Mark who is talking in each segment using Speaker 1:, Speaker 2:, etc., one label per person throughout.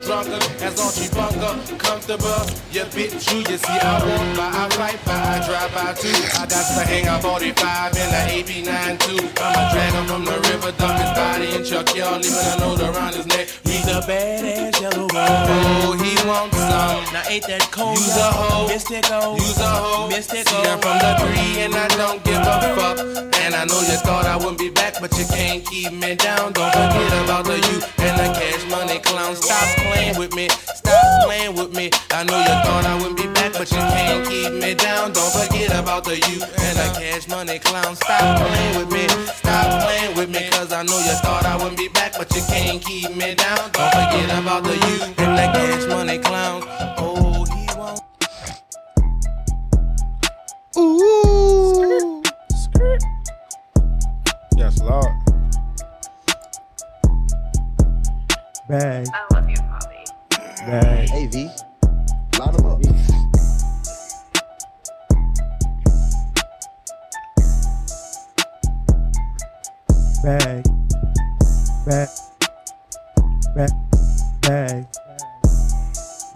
Speaker 1: stronger as Archie Bunker. Comfortable, you bitch, you, you see, I walk by, I fight by, I drive by too. I got the hanger 45 and the AP9 too. I'ma drag him from the river, dump his body and chuck y'all, leaving a note around his neck.
Speaker 2: He's a badass yellow roll.
Speaker 1: Oh, he wants some.
Speaker 2: Now ain't that cold?
Speaker 1: Use a hoe.
Speaker 2: Mystical.
Speaker 1: Use a hoe.
Speaker 2: Mystical.
Speaker 1: See, I'm from the tree and I don't give a fuck. And I know you thought I wouldn't be back, but you can't keep me down. Don't forget about the you and the cash money clown. Stop playing with me. Stop playing with me. I know you thought I wouldn't be back, but you can't keep me down. Don't forget about the you and the cash money clown. Stop playing with me. Stop playing with me. Cause I know you thought I wouldn't be back, but you can't keep me down. Don't forget about the you and the cash money clown. Oh, he won't.
Speaker 3: Ooh. Yes, Lord.
Speaker 4: Bag,
Speaker 5: I love you, Bobby.
Speaker 4: bag.
Speaker 6: Hey, V. Line them up.
Speaker 4: bag, bag, bag, bag,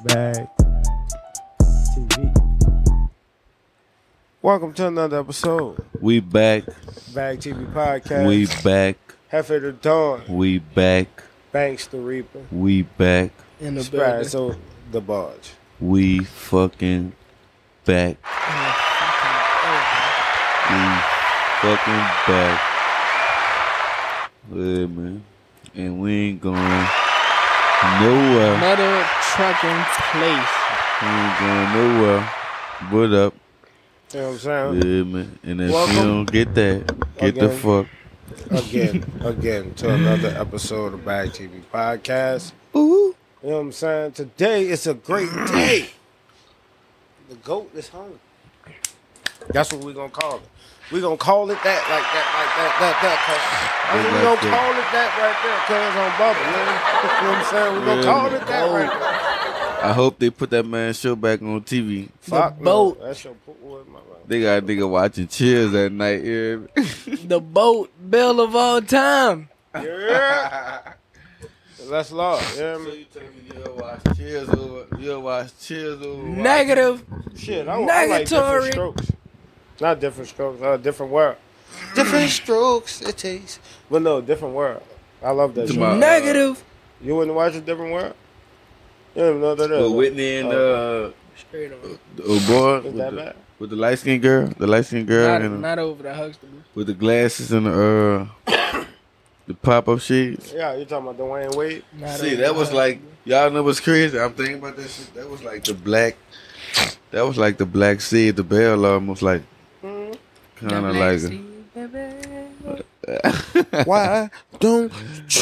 Speaker 4: bag, TV,
Speaker 3: Welcome to another episode.
Speaker 7: We back,
Speaker 3: Bag TV Podcast.
Speaker 7: we back,
Speaker 3: Heifer the Dawn.
Speaker 7: we back,
Speaker 3: Banks the Reaper.
Speaker 7: we back,
Speaker 8: In the
Speaker 3: Surprise,
Speaker 8: building.
Speaker 3: so the barge.
Speaker 7: we fucking back, we fucking back. Yeah, man. And we ain't going nowhere.
Speaker 8: Metal trucking place.
Speaker 7: We ain't going nowhere. But up.
Speaker 3: You know what I'm saying?
Speaker 7: Yeah, man. And if
Speaker 3: Welcome.
Speaker 7: you don't get that, get the
Speaker 3: Again.
Speaker 7: fuck.
Speaker 3: again, again to another episode of Bag TV Podcast. Ooh. You know what I'm saying? Today is a great day. The goat is home. That's what we're gonna call it. We're gonna call it that, like that, like that, that, that. 'cause- I mean, we're
Speaker 7: Like
Speaker 3: gonna
Speaker 7: that.
Speaker 3: call it that right there, cause on bubble, man. You know what I'm saying? We're gonna call it that right there.
Speaker 7: I hope they put that man show back on TV.
Speaker 3: Fuck no.
Speaker 8: boat.
Speaker 3: That's your boy, my man.
Speaker 7: They got a nigga watching Cheers at night. Yeah.
Speaker 8: The boat bill of all time.
Speaker 3: Yeah. That's law. Yeah,
Speaker 7: So
Speaker 3: man.
Speaker 7: you telling me you'll watch Cheers over, you'll watch Cheers over.
Speaker 8: Negative.
Speaker 3: Shit, I, I like different
Speaker 8: Negatory.
Speaker 3: strokes. Not different strokes, uh, different world. Different strokes, it takes. But no, different world. I love that.
Speaker 7: Tomorrow.
Speaker 3: Show.
Speaker 8: Negative.
Speaker 3: You wouldn't watch a different world? You don't even know what that
Speaker 7: But
Speaker 3: is.
Speaker 7: Whitney and uh,
Speaker 8: Straight on.
Speaker 7: oh boy,
Speaker 3: Is
Speaker 7: with
Speaker 3: that
Speaker 7: the,
Speaker 3: bad?
Speaker 7: with the light skinned girl, the light skinned girl,
Speaker 8: Not,
Speaker 7: and, uh,
Speaker 8: not over the Huxtable.
Speaker 7: with the glasses and the uh, the pop up shades.
Speaker 3: Yeah, you talking about Dwayne Wade?
Speaker 8: Not
Speaker 7: See,
Speaker 8: over
Speaker 7: that
Speaker 8: the
Speaker 7: was
Speaker 8: Huxtable.
Speaker 7: like y'all know what's crazy. I'm thinking about that shit. That was like the black. That was like the black seed, the bell almost like
Speaker 3: Mm-hmm.
Speaker 7: kind of like. a-
Speaker 3: Why don't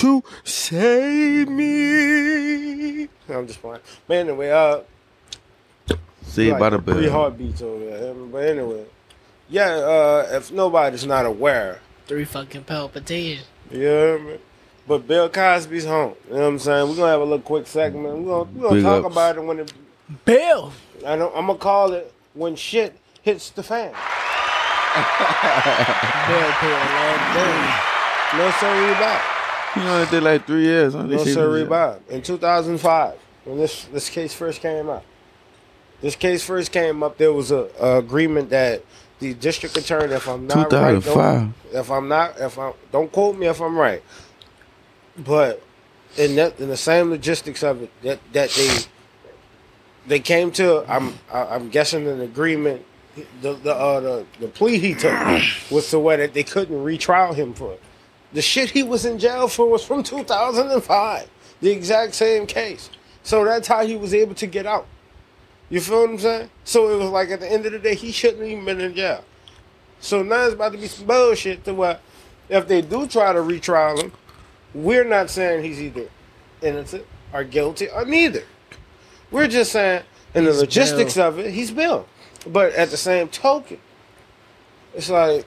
Speaker 3: you save me? I'm just playing. But anyway, uh,
Speaker 7: See
Speaker 3: like
Speaker 7: by the
Speaker 3: Three
Speaker 7: bell.
Speaker 3: heartbeats over there. Um, But anyway, yeah. Uh, if nobody's not aware,
Speaker 8: three fucking palpitations.
Speaker 3: Yeah, man. But Bill Cosby's home. You know what I'm saying? We're gonna have a little quick segment. We're gonna, we're gonna
Speaker 7: Big
Speaker 3: talk
Speaker 7: ups.
Speaker 3: about it when it
Speaker 8: Bill.
Speaker 3: I don't, I'm gonna call it when shit hits the fan.
Speaker 8: Bill paid a long bill.
Speaker 3: No sir Bob.
Speaker 7: You know they did like three years. Huh? They
Speaker 3: No
Speaker 7: shit
Speaker 3: sir
Speaker 7: was-
Speaker 3: Bob. In two thousand five, when this this case first came up. This case first came up, there was a, a agreement that the district attorney, if I'm not right, don't-
Speaker 7: 2005.
Speaker 3: if I'm not, if I am don't quote me if I'm right, but in that in the same logistics of it that that they they came to, I'm I- I'm guessing an agreement. The the uh, the, the plea he took was to where that they couldn't retrial him for. it. The shit he was in jail for was from 2005, the exact same case. So that's how he was able to get out. You feel what I'm saying? So it was like at the end of the day, he shouldn't even been in jail. So now it's about to be some bullshit to what if they do try to retrial him, we're not saying he's either innocent or guilty or neither. We're just saying in the
Speaker 8: He's
Speaker 3: logistics
Speaker 8: bail.
Speaker 3: of it, he's bail. But at the same token, it's like,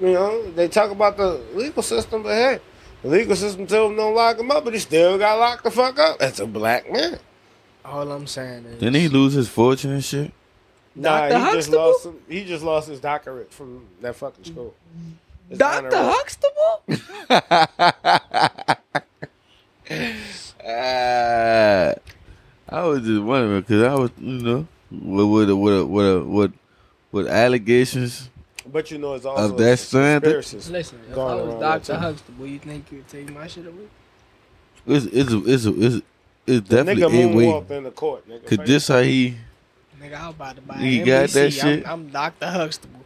Speaker 3: you know, they talk about the legal system, but hey, the legal system told him don't lock him up, but he still got locked the fuck up. That's a black man.
Speaker 8: All I'm saying is.
Speaker 7: Didn't he lose his fortune and shit?
Speaker 3: Nah, he
Speaker 8: Dr.
Speaker 3: just
Speaker 8: Huxtable?
Speaker 3: lost. Him, he just lost his doctorate from that fucking school. His
Speaker 8: Dr.
Speaker 3: honorary-
Speaker 8: Huxtable?
Speaker 7: Uh, Ah, I was just wondering because I was, you know, what what what what what, what allegations
Speaker 3: But you know, it's also
Speaker 7: of that standard.
Speaker 3: conspiracies.
Speaker 8: Listen, if
Speaker 3: Going
Speaker 8: I was
Speaker 3: around that
Speaker 8: Dr.
Speaker 3: time.
Speaker 8: Huxtable, you think you'd take my shit away?
Speaker 7: It's it's a, it's a, it's, it's
Speaker 3: The nigga
Speaker 7: definitely a way.
Speaker 3: moonwalked in the court, nigga.
Speaker 7: Cause this how he
Speaker 8: Nigga, I'm about to buy
Speaker 7: You
Speaker 8: NBC.
Speaker 7: got that shit?
Speaker 8: I'm, I'm Dr. Huxtable.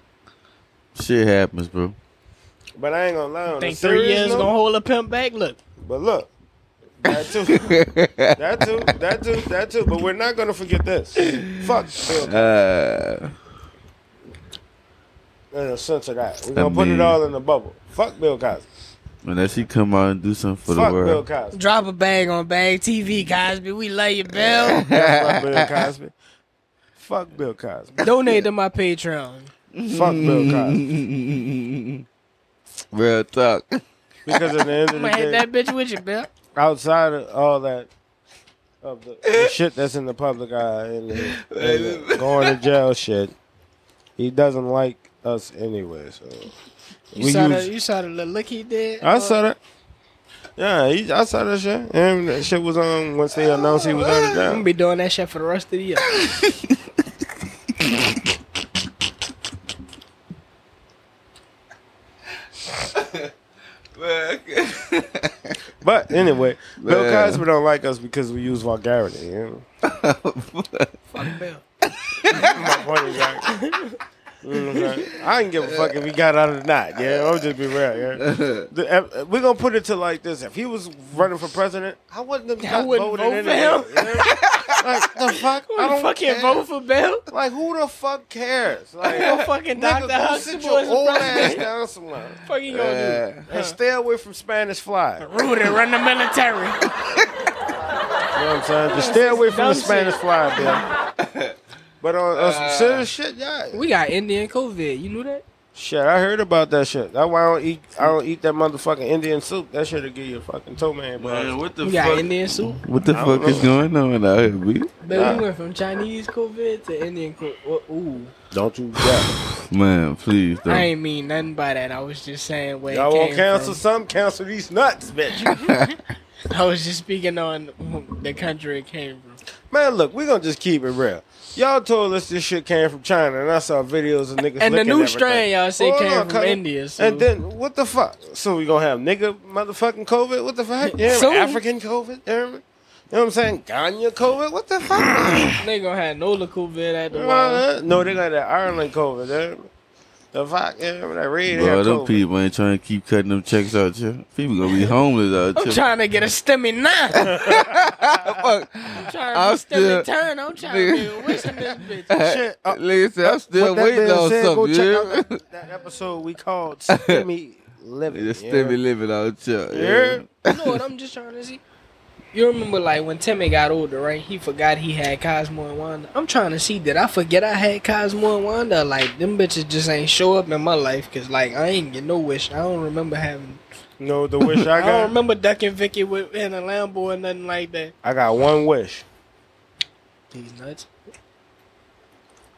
Speaker 7: shit happens, bro.
Speaker 3: but I ain't gonna lie. On
Speaker 8: Think
Speaker 3: the
Speaker 8: three
Speaker 3: serious
Speaker 8: years
Speaker 3: note,
Speaker 8: gonna hold a pimp back? Look,
Speaker 3: But look, that too, that too, that too, that too. But we're not gonna forget this. Fuck Bill.
Speaker 7: Uh,
Speaker 3: In a sense of that, we're
Speaker 7: I
Speaker 3: gonna put
Speaker 7: mean-
Speaker 3: it all in the bubble. Fuck Bill Cosby.
Speaker 7: unless he come out and do something for
Speaker 3: Fuck
Speaker 7: the
Speaker 3: Bill
Speaker 7: world.
Speaker 3: Cosby.
Speaker 8: drop a bag on Bag TV, Cosby. We love you, Bill.
Speaker 3: Fuck Bill Cosby. Fuck Bill Cosby.
Speaker 8: Donate to my Patreon.
Speaker 3: Fuck Bill Cosby.
Speaker 7: Real talk.
Speaker 3: Because at the end of
Speaker 8: I'm
Speaker 3: the
Speaker 8: gonna hit
Speaker 3: day,
Speaker 8: that bitch with you, Bill.
Speaker 3: outside of all that, of the, the shit that's in the public eye and, the, and the going to jail shit, he doesn't like us anyway. So
Speaker 8: You
Speaker 3: We
Speaker 8: saw
Speaker 3: use-
Speaker 8: that? You saw the little look he did?
Speaker 3: I saw that. Yeah, he, I saw that shit. And that shit was on once they announced he was on the
Speaker 8: I'm gonna
Speaker 3: ground.
Speaker 8: be doing that shit for the rest of the year.
Speaker 3: But anyway, Bill
Speaker 7: Man.
Speaker 3: Cosby don't like us because we use vulgarity. You know?
Speaker 8: Fuck Bill.
Speaker 3: My point is like, you know what I'm saying? Mm-hmm. I can give a fuck if he got out or not. Yeah, I'll just be real. Yeah, The- uh, we gonna put it to like this: if he was running for president, I wouldn't have not
Speaker 8: wouldn't
Speaker 3: voted
Speaker 8: vote
Speaker 3: in
Speaker 8: for
Speaker 3: anyway,
Speaker 8: him.
Speaker 3: you know? Like the fuck, I don't care.
Speaker 8: fucking vote for Bill.
Speaker 3: Like who the fuck cares?
Speaker 8: No
Speaker 3: Like
Speaker 8: fucking
Speaker 3: nigga, go
Speaker 8: Dr.
Speaker 3: sit
Speaker 8: Huxtable
Speaker 3: your
Speaker 8: is
Speaker 3: old ass
Speaker 8: the
Speaker 3: down somewhere.
Speaker 8: fuck you gonna do?
Speaker 3: And stay away from Spanish fly. You know
Speaker 8: Rudy, run the military.
Speaker 3: what I'm saying? Just stay away from the
Speaker 8: Dumb shit.
Speaker 3: Spanish fly, Bill. But on uh, some serious shit, yeah.
Speaker 8: We got Indian COVID. You knew that?
Speaker 3: Shit, I heard about that shit. That's why I don't eat. I don't eat that motherfucking Indian soup. That shit'll give you a fucking toe man.
Speaker 7: Man,
Speaker 3: bro.
Speaker 7: what the
Speaker 8: We got
Speaker 7: fuck?
Speaker 8: Indian soup.
Speaker 7: what the
Speaker 3: I don't
Speaker 7: fuck is going on out here, B?
Speaker 8: But we went from Chinese COVID to Indian COVID. Ooh,
Speaker 3: Don't you? Yeah.
Speaker 7: Man, please don't.
Speaker 8: I ain't mean nothing by that. I was just saying where
Speaker 3: Y'all
Speaker 8: it
Speaker 3: want
Speaker 8: came
Speaker 3: cancel
Speaker 8: from.
Speaker 3: some? Cancel these nuts, bitch.
Speaker 8: I was just speaking on the country it came from.
Speaker 3: man, look, we gonna just keep it real. Y'all told us this shit came from China, and I saw videos of niggas.
Speaker 8: And the
Speaker 3: licking
Speaker 8: new
Speaker 3: everything.
Speaker 8: strain y'all say
Speaker 3: Hold
Speaker 8: came
Speaker 3: on,
Speaker 8: from
Speaker 3: cut it.
Speaker 8: India. So.
Speaker 3: And then what the fuck? So we gonna have nigga motherfucking COVID? What the fuck? Yeah,
Speaker 8: Soon.
Speaker 3: African COVID. You know what I'm saying? Ghana COVID. What the fuck?
Speaker 8: they gonna have Nola COVID at the wall.
Speaker 3: Uh, no, they got that Ireland COVID. There. The fuck, yeah, that red hair
Speaker 7: Bro, them
Speaker 3: COVID.
Speaker 7: people ain't trying to keep cutting them checks out here. People gonna be homeless out
Speaker 8: I'm
Speaker 7: here.
Speaker 8: trying to get a stimmy now.
Speaker 7: Fuck.
Speaker 8: I'm trying to
Speaker 7: I'm
Speaker 8: I'm
Speaker 7: still-
Speaker 8: stimmy turn. I'm trying to be a wish in this bitch.
Speaker 3: Shit, uh,
Speaker 7: Listen, I'm still
Speaker 3: with that
Speaker 7: waiting
Speaker 3: being
Speaker 7: on
Speaker 3: said, go
Speaker 7: something.
Speaker 3: check
Speaker 7: you
Speaker 3: out
Speaker 7: hear me?
Speaker 3: that, that episode we called Stimmy Living.
Speaker 7: It's still living out here. you hear me?
Speaker 8: You know what I'm just trying to see? You remember like when Timmy got older, right? He forgot he had Cosmo and Wanda. I'm trying to see did I forget I had Cosmo and Wanda? Like them bitches just ain't show up in my life because like I ain't get no wish. I don't remember having.
Speaker 3: No, the wish I
Speaker 8: I don't
Speaker 3: got,
Speaker 8: remember ducking Vicky with in a Lambo or nothing like that.
Speaker 3: I got one wish.
Speaker 8: These nuts.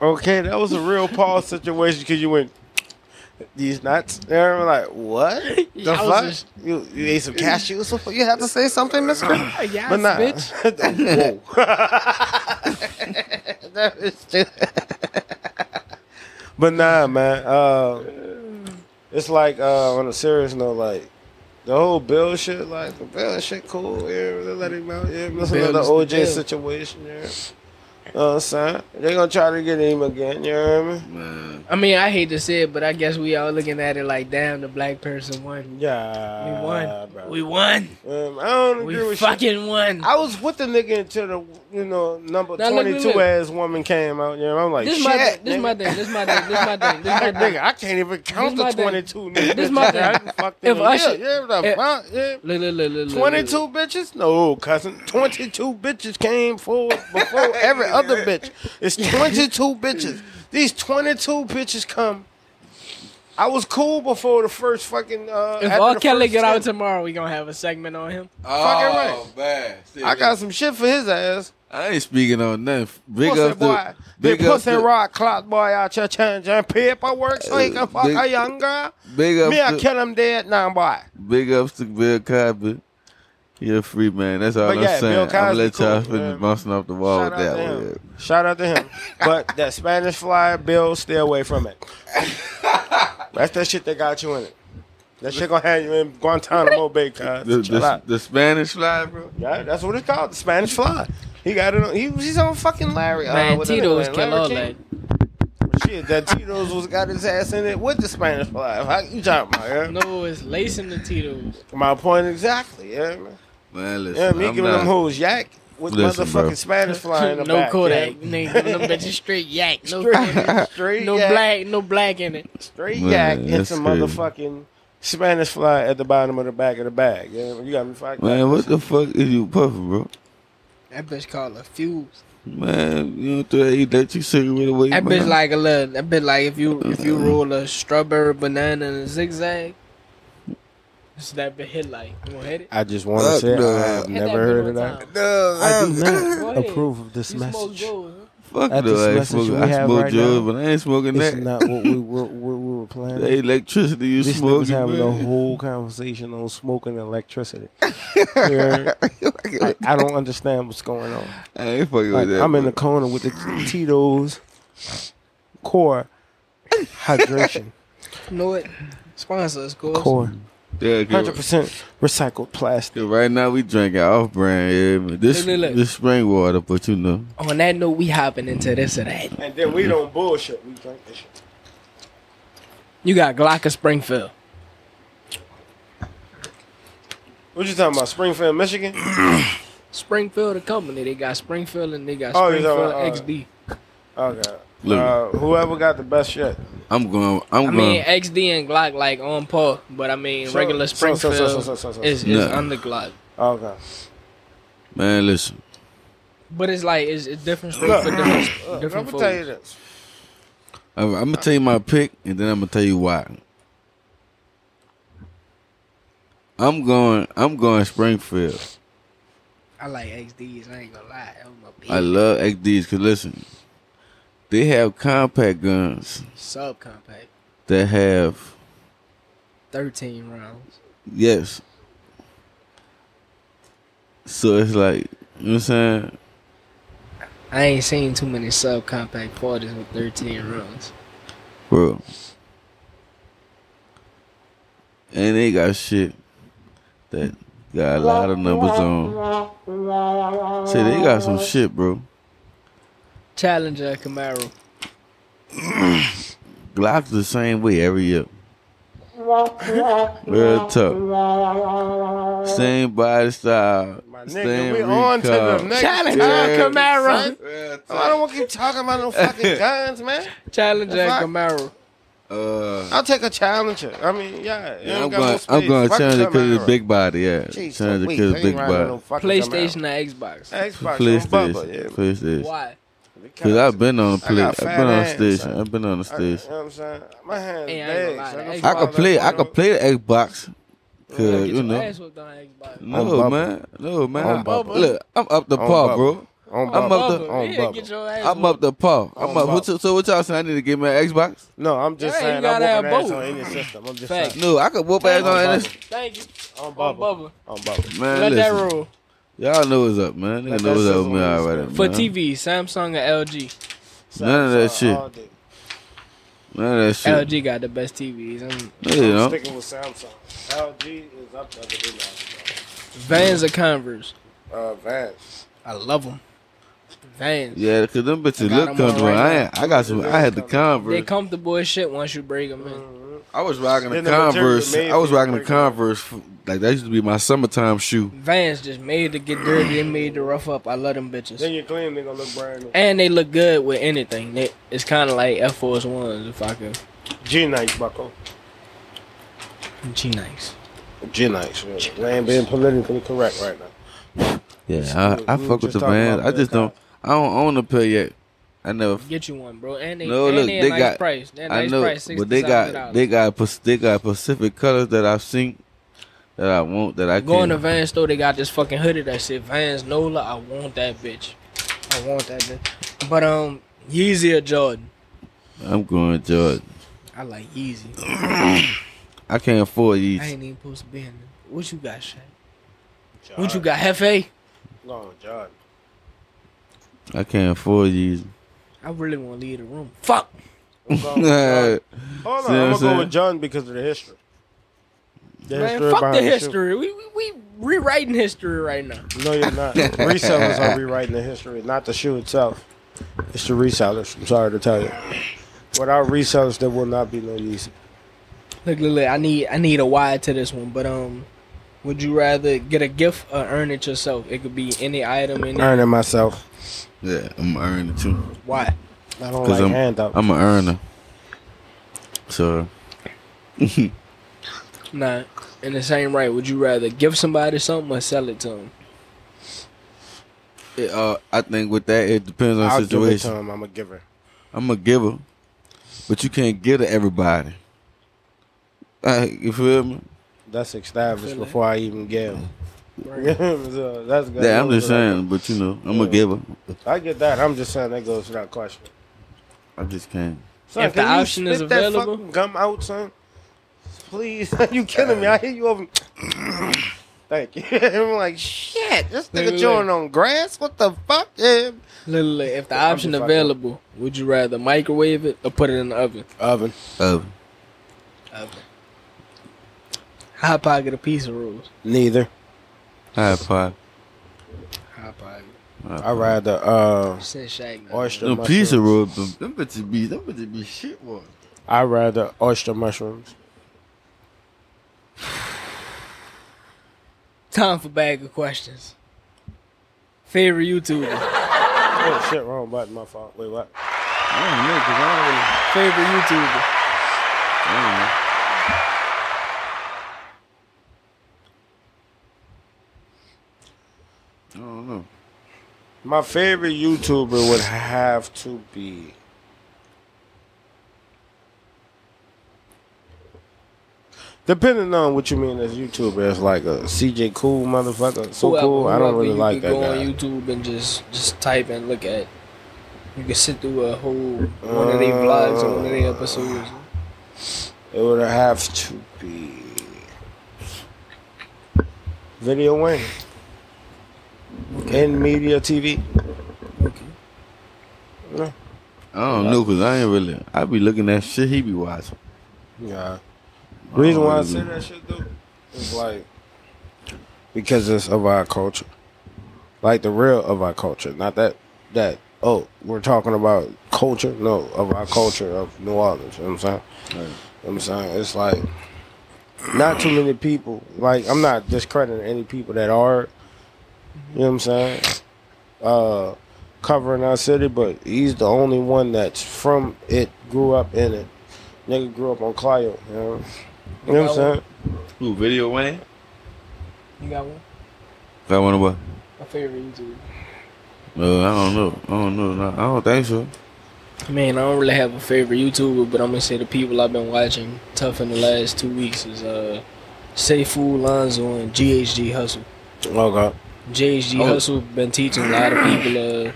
Speaker 3: Okay, that was a real pause situation because you went these nuts. And I'm like, what the
Speaker 8: I was
Speaker 3: fuck?
Speaker 8: just-
Speaker 3: you, you ate some cashews before? You had to say something, Mister.
Speaker 8: Oh, yes,
Speaker 3: But nah,
Speaker 8: bitch.
Speaker 3: Whoa. That was too- but nah, man. Uh, it's like uh, on a serious note, like the whole Bill shit, like the Bill shit, cool. Yeah, they let him out. Yeah, that's
Speaker 8: Bill
Speaker 3: another
Speaker 8: is the
Speaker 3: OJ
Speaker 8: Bill.
Speaker 3: situation. Yeah, you know what I'm saying they gonna try to get him again. You know what I mean?
Speaker 7: Man,
Speaker 8: I mean, I hate to say it, but I guess we all looking at it like, damn, the black person won.
Speaker 3: Yeah,
Speaker 8: We won.
Speaker 3: Uh, bro.
Speaker 8: We won.
Speaker 3: Um, I don't agree
Speaker 8: We
Speaker 3: with you.
Speaker 8: fucking won.
Speaker 3: I was with the nigga until the you know number
Speaker 8: Now, look,
Speaker 3: twenty
Speaker 8: look,
Speaker 3: two
Speaker 8: look.
Speaker 3: ass woman came out. You know, I'm like,
Speaker 8: This is
Speaker 3: shit.
Speaker 8: my thing. This
Speaker 3: nigga.
Speaker 8: is my thing. This is my thing. This is my thing. This is my thing.
Speaker 3: nigga, I can't even count
Speaker 8: my
Speaker 3: to
Speaker 8: thing.
Speaker 3: 22 niggas.
Speaker 8: This my
Speaker 3: I
Speaker 8: thing.
Speaker 3: done fucked
Speaker 8: If
Speaker 3: in a year.
Speaker 8: Usher-
Speaker 3: yeah, what the
Speaker 8: if-
Speaker 3: fuck? Yeah.
Speaker 8: Look, look, look, look, look,
Speaker 3: 22
Speaker 8: look.
Speaker 3: bitches? No, cousin. 22 bitches came forward before every other bitch. It's 22 bitches. These 22 bitches come. I was cool before the first fucking. Uh,
Speaker 8: If
Speaker 3: after
Speaker 8: all
Speaker 3: the
Speaker 8: Kelly
Speaker 3: first
Speaker 8: get out
Speaker 3: 10.
Speaker 8: tomorrow, we gonna have a segment on him.
Speaker 3: Oh,
Speaker 7: man.
Speaker 3: I got some shit for his ass.
Speaker 7: I ain't speaking on nothing. Big
Speaker 3: Pussy
Speaker 7: up
Speaker 3: boy.
Speaker 7: to
Speaker 3: Big
Speaker 7: big up
Speaker 3: pussy
Speaker 7: to-
Speaker 3: rock clock boy out your change and paperwork so he can fuck
Speaker 7: Uh, big-
Speaker 3: a young girl.
Speaker 7: big
Speaker 3: Me, I
Speaker 7: up to
Speaker 3: kill him dead now, boy.
Speaker 7: big ups to Bill Cosby. You're a free man. That's all
Speaker 3: But
Speaker 7: I'm
Speaker 3: yeah,
Speaker 7: saying.
Speaker 3: Bill
Speaker 7: I'm gonna let
Speaker 3: Cosby
Speaker 7: y'all
Speaker 3: cool, man.
Speaker 7: finish bouncing off the wall
Speaker 3: Shout
Speaker 7: with
Speaker 3: out
Speaker 7: that
Speaker 3: to
Speaker 7: one.
Speaker 3: him. Shout out to him. But that Spanish fly bill, stay away from it. That's that shit that got you in it. That shit gonna have you in Guantanamo Bay, cuz.
Speaker 7: The,
Speaker 3: Chill
Speaker 7: the,
Speaker 3: out.
Speaker 7: the Spanish fly, bro.
Speaker 3: Yeah, that's what it's called, the Spanish fly. He got it on. He, he's on fucking Larry. uh,
Speaker 8: Man,
Speaker 3: what the nigga,
Speaker 8: Tito's
Speaker 3: man,
Speaker 8: kill
Speaker 3: Larry
Speaker 8: all
Speaker 3: King.
Speaker 8: that.
Speaker 3: Shit, that Tito's was got his ass in it with the Spanish fly. How you talking about? Yeah?
Speaker 8: No, it's lacing the Tito's.
Speaker 3: My point exactly. Yeah, man.
Speaker 7: Man, listen.
Speaker 3: Yeah, me
Speaker 7: I'm
Speaker 3: giving
Speaker 7: not,
Speaker 3: them hoes yak with
Speaker 7: Listen,
Speaker 3: motherfucking
Speaker 7: bro.
Speaker 3: Spanish fly in the
Speaker 8: no
Speaker 3: back.
Speaker 8: Kodak.
Speaker 3: yeah.
Speaker 8: Nigga, them bitches straight yak. No Kodak.
Speaker 3: Straight
Speaker 8: No
Speaker 3: yak.
Speaker 8: black, no black in it.
Speaker 3: straight
Speaker 7: Man,
Speaker 3: yak
Speaker 7: that's
Speaker 3: into
Speaker 7: crazy.
Speaker 3: motherfucking Spanish fly at the bottom of the back of the bag. Yeah, you got me fucked.
Speaker 7: Man,
Speaker 3: up.
Speaker 7: what the fuck is you puffing, bro?
Speaker 8: That bitch called a fuse.
Speaker 7: Man, you don't throw that electric cigarette away.
Speaker 8: That
Speaker 7: man.
Speaker 8: bitch like a little. That bitch like if you if you roll a strawberry banana in a zigzag. It's that bit hit like you gonna hit it.
Speaker 3: I just want to say
Speaker 7: no.
Speaker 3: I have
Speaker 8: Hit
Speaker 3: never
Speaker 8: that bit
Speaker 3: heard
Speaker 8: one
Speaker 3: of that.
Speaker 8: time.
Speaker 3: I do
Speaker 8: Go
Speaker 3: not
Speaker 8: ahead.
Speaker 3: approve of this
Speaker 8: You smoke
Speaker 3: message.
Speaker 8: gold, huh?
Speaker 7: Fuck
Speaker 4: At
Speaker 7: no,
Speaker 4: this
Speaker 7: I ain't
Speaker 4: message
Speaker 7: smoking.
Speaker 4: we
Speaker 7: I
Speaker 4: have
Speaker 7: smoke
Speaker 4: right
Speaker 7: drugs,
Speaker 4: now,
Speaker 7: but I ain't smoking
Speaker 4: It's
Speaker 7: that.
Speaker 4: not what we were, what we were planning.
Speaker 7: the electricity you
Speaker 4: This nigga's
Speaker 7: smoking,
Speaker 4: having a
Speaker 7: man.
Speaker 4: whole conversation on smoking electricity. Yeah. Like, I don't understand what's going on.
Speaker 7: I ain't fucking
Speaker 4: Like,
Speaker 7: with that.
Speaker 4: I'm in
Speaker 7: bro.
Speaker 4: the corner with the Tito's core hydration
Speaker 8: You know what? Sponsor us, course.
Speaker 4: core
Speaker 7: Yeah, 'cause-
Speaker 4: hundred percent recycled plastic.
Speaker 7: 'cause right now we drinking off brand. Yeah, man. This
Speaker 8: Look, look, look.
Speaker 7: this spring water, but you know.
Speaker 8: On that note, we hopping into this or that.
Speaker 3: And then
Speaker 7: Mm-hmm.
Speaker 3: we don't bullshit. We drink this shit.
Speaker 8: You got Glock of Springfield.
Speaker 3: What you talking about? Springfield, Michigan?
Speaker 8: Springfield, the company. They got Springfield and they got
Speaker 3: Oh, you
Speaker 8: Springfield
Speaker 3: talking about, uh,
Speaker 8: XD.
Speaker 3: Okay.
Speaker 7: Look.
Speaker 3: Uh, whoever got the best shit.
Speaker 7: I'm going. I'm
Speaker 8: I
Speaker 7: going.
Speaker 8: mean, XD and Glock like on par, but I mean,
Speaker 3: uh, So-
Speaker 8: regular
Speaker 3: so- so- so-
Speaker 8: Springfield
Speaker 3: so- so- so- so- so.
Speaker 8: is, is
Speaker 7: Nah.
Speaker 8: under Glock.
Speaker 3: Okay.
Speaker 7: man, listen.
Speaker 8: But it's like, it's, it's different straight
Speaker 3: Look,
Speaker 8: for
Speaker 3: Look,
Speaker 8: different,
Speaker 3: I'm
Speaker 8: different
Speaker 3: gonna tell you
Speaker 8: folks.
Speaker 3: this.
Speaker 7: I'm, I'm gonna tell you my pick, and then I'm gonna tell you why. I'm going. I'm going Springfield.
Speaker 8: I like XDs, I ain't gonna lie. That was my pick.
Speaker 7: I love XDs. Cause listen, they have compact guns
Speaker 8: Subcompact.
Speaker 7: that have
Speaker 8: 13 rounds.
Speaker 7: yes. So it's like you know what I'm saying.
Speaker 8: I ain't seen too many subcompact parties with 13 rounds.
Speaker 7: bro. And they got shit that got a lot of numbers on. See, they got some shit, bro.
Speaker 8: Challenger Camaro.
Speaker 7: Glock's the same way every year. Real tough. Same body style.
Speaker 3: My
Speaker 7: same
Speaker 3: nigga, we on to
Speaker 7: recall.
Speaker 3: the next Oh,
Speaker 8: Challenger
Speaker 7: Yeah.
Speaker 8: Camaro.
Speaker 7: Real
Speaker 3: I
Speaker 7: tough.
Speaker 3: don't want to keep talking about no fucking guns, man.
Speaker 8: Challenger
Speaker 3: If I-
Speaker 8: Camaro.
Speaker 7: Uh,
Speaker 3: I'll take a challenger. I mean, yeah. it
Speaker 7: yeah,
Speaker 3: ain't
Speaker 7: I'm
Speaker 3: got no
Speaker 7: going. I'm
Speaker 3: space.
Speaker 7: going
Speaker 3: Fuck
Speaker 7: Challenger because
Speaker 3: Camaro.
Speaker 7: it's big body. Yeah,
Speaker 3: Jeez,
Speaker 7: Challenger
Speaker 3: wait,
Speaker 7: because
Speaker 3: I
Speaker 7: it's
Speaker 3: ain't
Speaker 7: big
Speaker 3: riding
Speaker 7: body.
Speaker 3: no fucking
Speaker 8: PlayStation
Speaker 3: Camaro.
Speaker 8: and Xbox.
Speaker 3: Xbox, PlayStation. Bubba, yeah,
Speaker 7: PlayStation. PlayStation.
Speaker 8: Why?
Speaker 7: Cause I've been on the
Speaker 3: I
Speaker 7: play.
Speaker 3: got
Speaker 7: I've been
Speaker 3: fat
Speaker 7: on the
Speaker 3: ass,
Speaker 7: station.
Speaker 3: son.
Speaker 7: I've been on the
Speaker 3: I, you know
Speaker 7: station.
Speaker 3: what I'm saying? My hands
Speaker 8: Hey, I ain't
Speaker 3: big.
Speaker 8: gonna lie,
Speaker 3: so
Speaker 8: that
Speaker 3: don't
Speaker 7: I
Speaker 8: Xbox-
Speaker 3: fall
Speaker 7: could play. I
Speaker 3: out.
Speaker 7: could play the Xbox. Cause
Speaker 8: Get
Speaker 7: you
Speaker 8: your
Speaker 7: know.
Speaker 8: ass whooped on Xbox.
Speaker 3: On
Speaker 7: No
Speaker 3: Bubba.
Speaker 7: man. No man.
Speaker 3: On
Speaker 7: I'm-
Speaker 3: Bubba.
Speaker 7: Look, I'm up the
Speaker 3: On
Speaker 7: paw,
Speaker 3: Bubba.
Speaker 7: bro.
Speaker 3: On
Speaker 7: I'm
Speaker 3: Bubba.
Speaker 7: up the-
Speaker 3: on
Speaker 8: yeah,
Speaker 3: Bubba.
Speaker 8: get your ass
Speaker 7: I'm up the paw. I'm
Speaker 3: On
Speaker 7: up.
Speaker 3: Bubba.
Speaker 7: What, so what y'all saying? I need to get me an Xbox?
Speaker 3: No, I'm just
Speaker 8: Yeah, you
Speaker 3: saying.
Speaker 8: gotta
Speaker 3: I'm
Speaker 8: have
Speaker 3: whooping ass
Speaker 8: both.
Speaker 3: on any system. I'm just
Speaker 8: Fact.
Speaker 3: saying.
Speaker 7: No, I could whoop ass
Speaker 8: On
Speaker 7: on this.
Speaker 8: whooped. Thank you.
Speaker 3: On
Speaker 8: On
Speaker 3: bubble.
Speaker 8: Bubba.
Speaker 3: On bubble.
Speaker 7: Man,
Speaker 8: Let that
Speaker 7: listen.
Speaker 8: roll.
Speaker 7: Y'all know what's up, man. They
Speaker 3: Let
Speaker 7: know
Speaker 3: that
Speaker 7: what's up
Speaker 3: sizzle
Speaker 7: with me
Speaker 3: on this,
Speaker 7: already.
Speaker 8: For
Speaker 7: man.
Speaker 8: TV, Samsung or LG.
Speaker 7: None of that shit.
Speaker 3: shit.
Speaker 7: None of that shit.
Speaker 8: LG got the best TVs. I'm,
Speaker 7: No, you
Speaker 3: I'm
Speaker 7: don't.
Speaker 3: sticking with Samsung. LG is up there to do now.
Speaker 8: Vans or Converse.
Speaker 3: Uh, Vans.
Speaker 8: I love them. Vans.
Speaker 7: Yeah, cause them bitches
Speaker 8: got
Speaker 7: look
Speaker 8: 'em on
Speaker 7: comfortable.
Speaker 8: right
Speaker 7: I, ain't- I got some. I had the
Speaker 8: They
Speaker 7: Converse.
Speaker 8: comfortable as shit once you break them in.
Speaker 7: I was rocking the
Speaker 3: Then the material
Speaker 7: Converse.
Speaker 3: made
Speaker 7: I was
Speaker 3: for you
Speaker 7: rocking the
Speaker 3: to break up.
Speaker 7: Converse. f- Like that used to be my summertime shoe.
Speaker 8: Vans just made to get dirty and made to rough up. I love them bitches.
Speaker 3: Then you clean, they gonna look brand new.
Speaker 8: And they look good with anything. They, it's kind of like Air Force Ones, if I could.
Speaker 3: G Nice, buckle.
Speaker 8: G Nikes.
Speaker 3: G Nice. Yeah. We ain't being politically correct right now.
Speaker 7: Yeah, I, I
Speaker 3: we were
Speaker 7: fuck
Speaker 3: just
Speaker 7: with the
Speaker 3: talking
Speaker 7: Vans.
Speaker 3: about
Speaker 7: I just
Speaker 3: Bill
Speaker 7: don't. I don't own a pair yet. I never.
Speaker 8: Get you one, bro. And they,
Speaker 7: No,
Speaker 8: and
Speaker 7: look,
Speaker 8: they, a
Speaker 7: they
Speaker 8: nice
Speaker 7: got-
Speaker 8: price. They're a
Speaker 7: I
Speaker 8: nice
Speaker 7: know,
Speaker 8: price, $60,
Speaker 7: but they got they got pas- they got Pacific colors that I've seen that I want that I
Speaker 8: Go in
Speaker 7: can.
Speaker 8: the
Speaker 7: not
Speaker 8: Vans store, they got this fucking hoodie that said Vans Nola. I want that bitch. I want that bitch. But um, Yeezy or Jordan?
Speaker 7: I'm going Jordan.
Speaker 8: I like Yeezy.
Speaker 7: I can't afford
Speaker 8: I
Speaker 7: these.
Speaker 8: ain't even supposed to be in there. What you got, Shaq? What you got, Hefe?
Speaker 3: No, John.
Speaker 7: I can't afford Yeezy.
Speaker 8: I really want to leave the room. Fuck.
Speaker 3: I'm going with John. Hold
Speaker 7: See
Speaker 3: on, I'm
Speaker 7: what I'm
Speaker 3: gonna go
Speaker 7: saying?
Speaker 3: with John because of the history. The
Speaker 8: Man, fuck
Speaker 3: behind
Speaker 8: the
Speaker 3: shoe.
Speaker 8: history. We, we we rewriting history right now.
Speaker 3: No, you're not. resellers are rewriting the history, not the shoe itself. It's the resellers. I'm sorry to tell you. Without resellers, there will not be no Yeezy.
Speaker 8: Look, look, look, I need I need a wire to this one, but um, would you rather get a gift or earn it yourself? It could be any item, any
Speaker 3: Earning myself.
Speaker 7: Yeah, I'm an earner too.
Speaker 8: why?
Speaker 3: I don't
Speaker 7: 'Cause
Speaker 3: like
Speaker 7: I'm-
Speaker 3: handouts.
Speaker 7: I'm an earner. So
Speaker 8: Nah, and the same right. Would you rather give somebody something or sell it to them?
Speaker 7: it, uh, I think with that it depends on
Speaker 3: I'll give it to
Speaker 7: situation.
Speaker 3: him. I'm a giver.
Speaker 7: I'm a giver, but you can't give to everybody. Like, you feel me?
Speaker 3: That's
Speaker 8: Feel
Speaker 3: established
Speaker 8: it.
Speaker 3: before I even give.
Speaker 8: Right.
Speaker 3: So, that's good.
Speaker 7: Yeah, I'm just saying, but you know, I'm a
Speaker 3: Yeah.
Speaker 7: giver.
Speaker 3: I get that. I'm just saying that goes without question.
Speaker 7: I just can't.
Speaker 3: Son,
Speaker 8: If the
Speaker 3: can you
Speaker 8: option is
Speaker 3: spit that
Speaker 8: available-
Speaker 3: fucking gum out, son. Please, you killing me. I hear you over. Thank you. I'm like, shit. This
Speaker 8: Wait,
Speaker 3: nigga
Speaker 8: wait,
Speaker 3: chewing on grass. What the fuck? Yeah.
Speaker 8: Look, look, look, if the
Speaker 3: Yeah, I'm
Speaker 8: option
Speaker 3: just like-
Speaker 8: available, would you rather microwave it or put it in the oven?
Speaker 3: Oven.
Speaker 7: Of
Speaker 8: Hot pocket a piece of rules.
Speaker 3: Neither.
Speaker 7: high pie.
Speaker 8: Hot pocket.
Speaker 3: I rather uh
Speaker 8: Send Shaq. now.
Speaker 3: oyster
Speaker 7: No
Speaker 3: mushrooms.
Speaker 7: pizza roll, but them bitches be them bitches be shit one.
Speaker 3: I rather oyster mushrooms.
Speaker 8: Time for bag of questions. Favorite YouTuber.
Speaker 3: Oh shit, wrong button. My fault. Wait, what?
Speaker 7: I don't know, 'cause I don't really-
Speaker 8: Favorite YouTuber.
Speaker 7: I don't know. I don't know.
Speaker 3: My favorite YouTuber would have to be. Depending on what you mean as YouTuber, it's like a CJ Cool motherfucker. So
Speaker 8: Whoever-
Speaker 3: cool. I don't
Speaker 8: whoever
Speaker 3: really
Speaker 8: you
Speaker 3: like
Speaker 8: could
Speaker 3: that
Speaker 8: go
Speaker 3: guy.
Speaker 8: on YouTube and just just type and look at. You can sit through a whole one of their vlogs or one of their
Speaker 3: Uh,
Speaker 8: episodes.
Speaker 3: It would have to be Video Wayne in media TV.
Speaker 8: Okay.
Speaker 7: I don't know because I ain't really. I be looking at shit he be watching.
Speaker 3: Yeah. Reason why I
Speaker 7: really
Speaker 3: say
Speaker 7: know.
Speaker 3: that shit though is like because it's of our culture, like the real of our culture, not that that oh we're talking about culture. No, of our culture of New Orleans. You know what I'm saying. You know what I'm saying it's like not too many people. Like I'm not discrediting any people that are. You know what I'm saying. Uh, covering our city, but he's the only one that's from it, grew up in it. Nigga grew up on Clio. You know, you know what I'm saying.
Speaker 7: Who video Wayne?
Speaker 8: You got one?
Speaker 7: That one what?
Speaker 8: My favorite YouTuber.
Speaker 7: Uh, I don't know. I don't know. No, I don't think so.
Speaker 8: Man, I don't really have a favorite YouTuber, but I'm gonna say the people I've been watching tough in the last two weeks is uh Seifu Lonzo and GHG Hustle.
Speaker 3: Okay.
Speaker 8: GHG
Speaker 7: Oh.
Speaker 8: Hustle been teaching a lot of people, uh,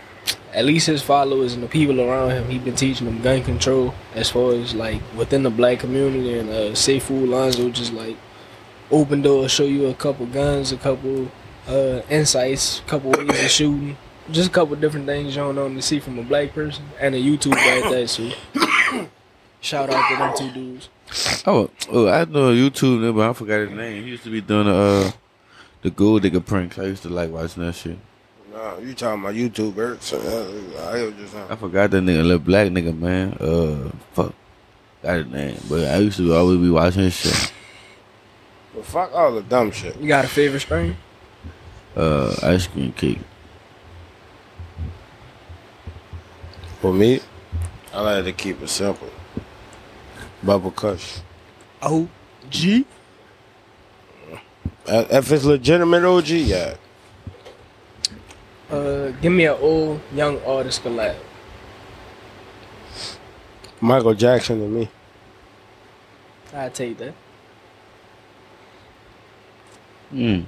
Speaker 8: at least his followers and the people around him. He been teaching them gun control as far as like within the black community, and uh, Seifu Lonzo just like open door, show you a couple guns, a couple uh, insights, a couple ways of shooting, just a couple different things you don't normally see from a black person and a YouTuber at that. So shout out to them two dudes.
Speaker 7: Oh, oh, I know a YouTube nigga, but I forgot his name. He used to be doing the uh, the gold digger pranks. I used to like watching that shit.
Speaker 3: No, you talking about YouTubers? So, uh, I was just
Speaker 7: I
Speaker 3: saying.
Speaker 7: forgot that nigga, little black nigga, man. Uh, fuck, got his name. But I used to always be watching his shit.
Speaker 3: But fuck all the dumb shit.
Speaker 8: You got a favorite strain?
Speaker 7: uh, ice cream cake.
Speaker 3: For me, I like to keep it simple. Bubble Kush.
Speaker 8: Oh, G.
Speaker 3: Uh, If it's legitimate OG, yeah.
Speaker 8: Uh, give me an old young artist collab.
Speaker 3: Michael Jackson to me.
Speaker 8: I take that.
Speaker 7: Mm.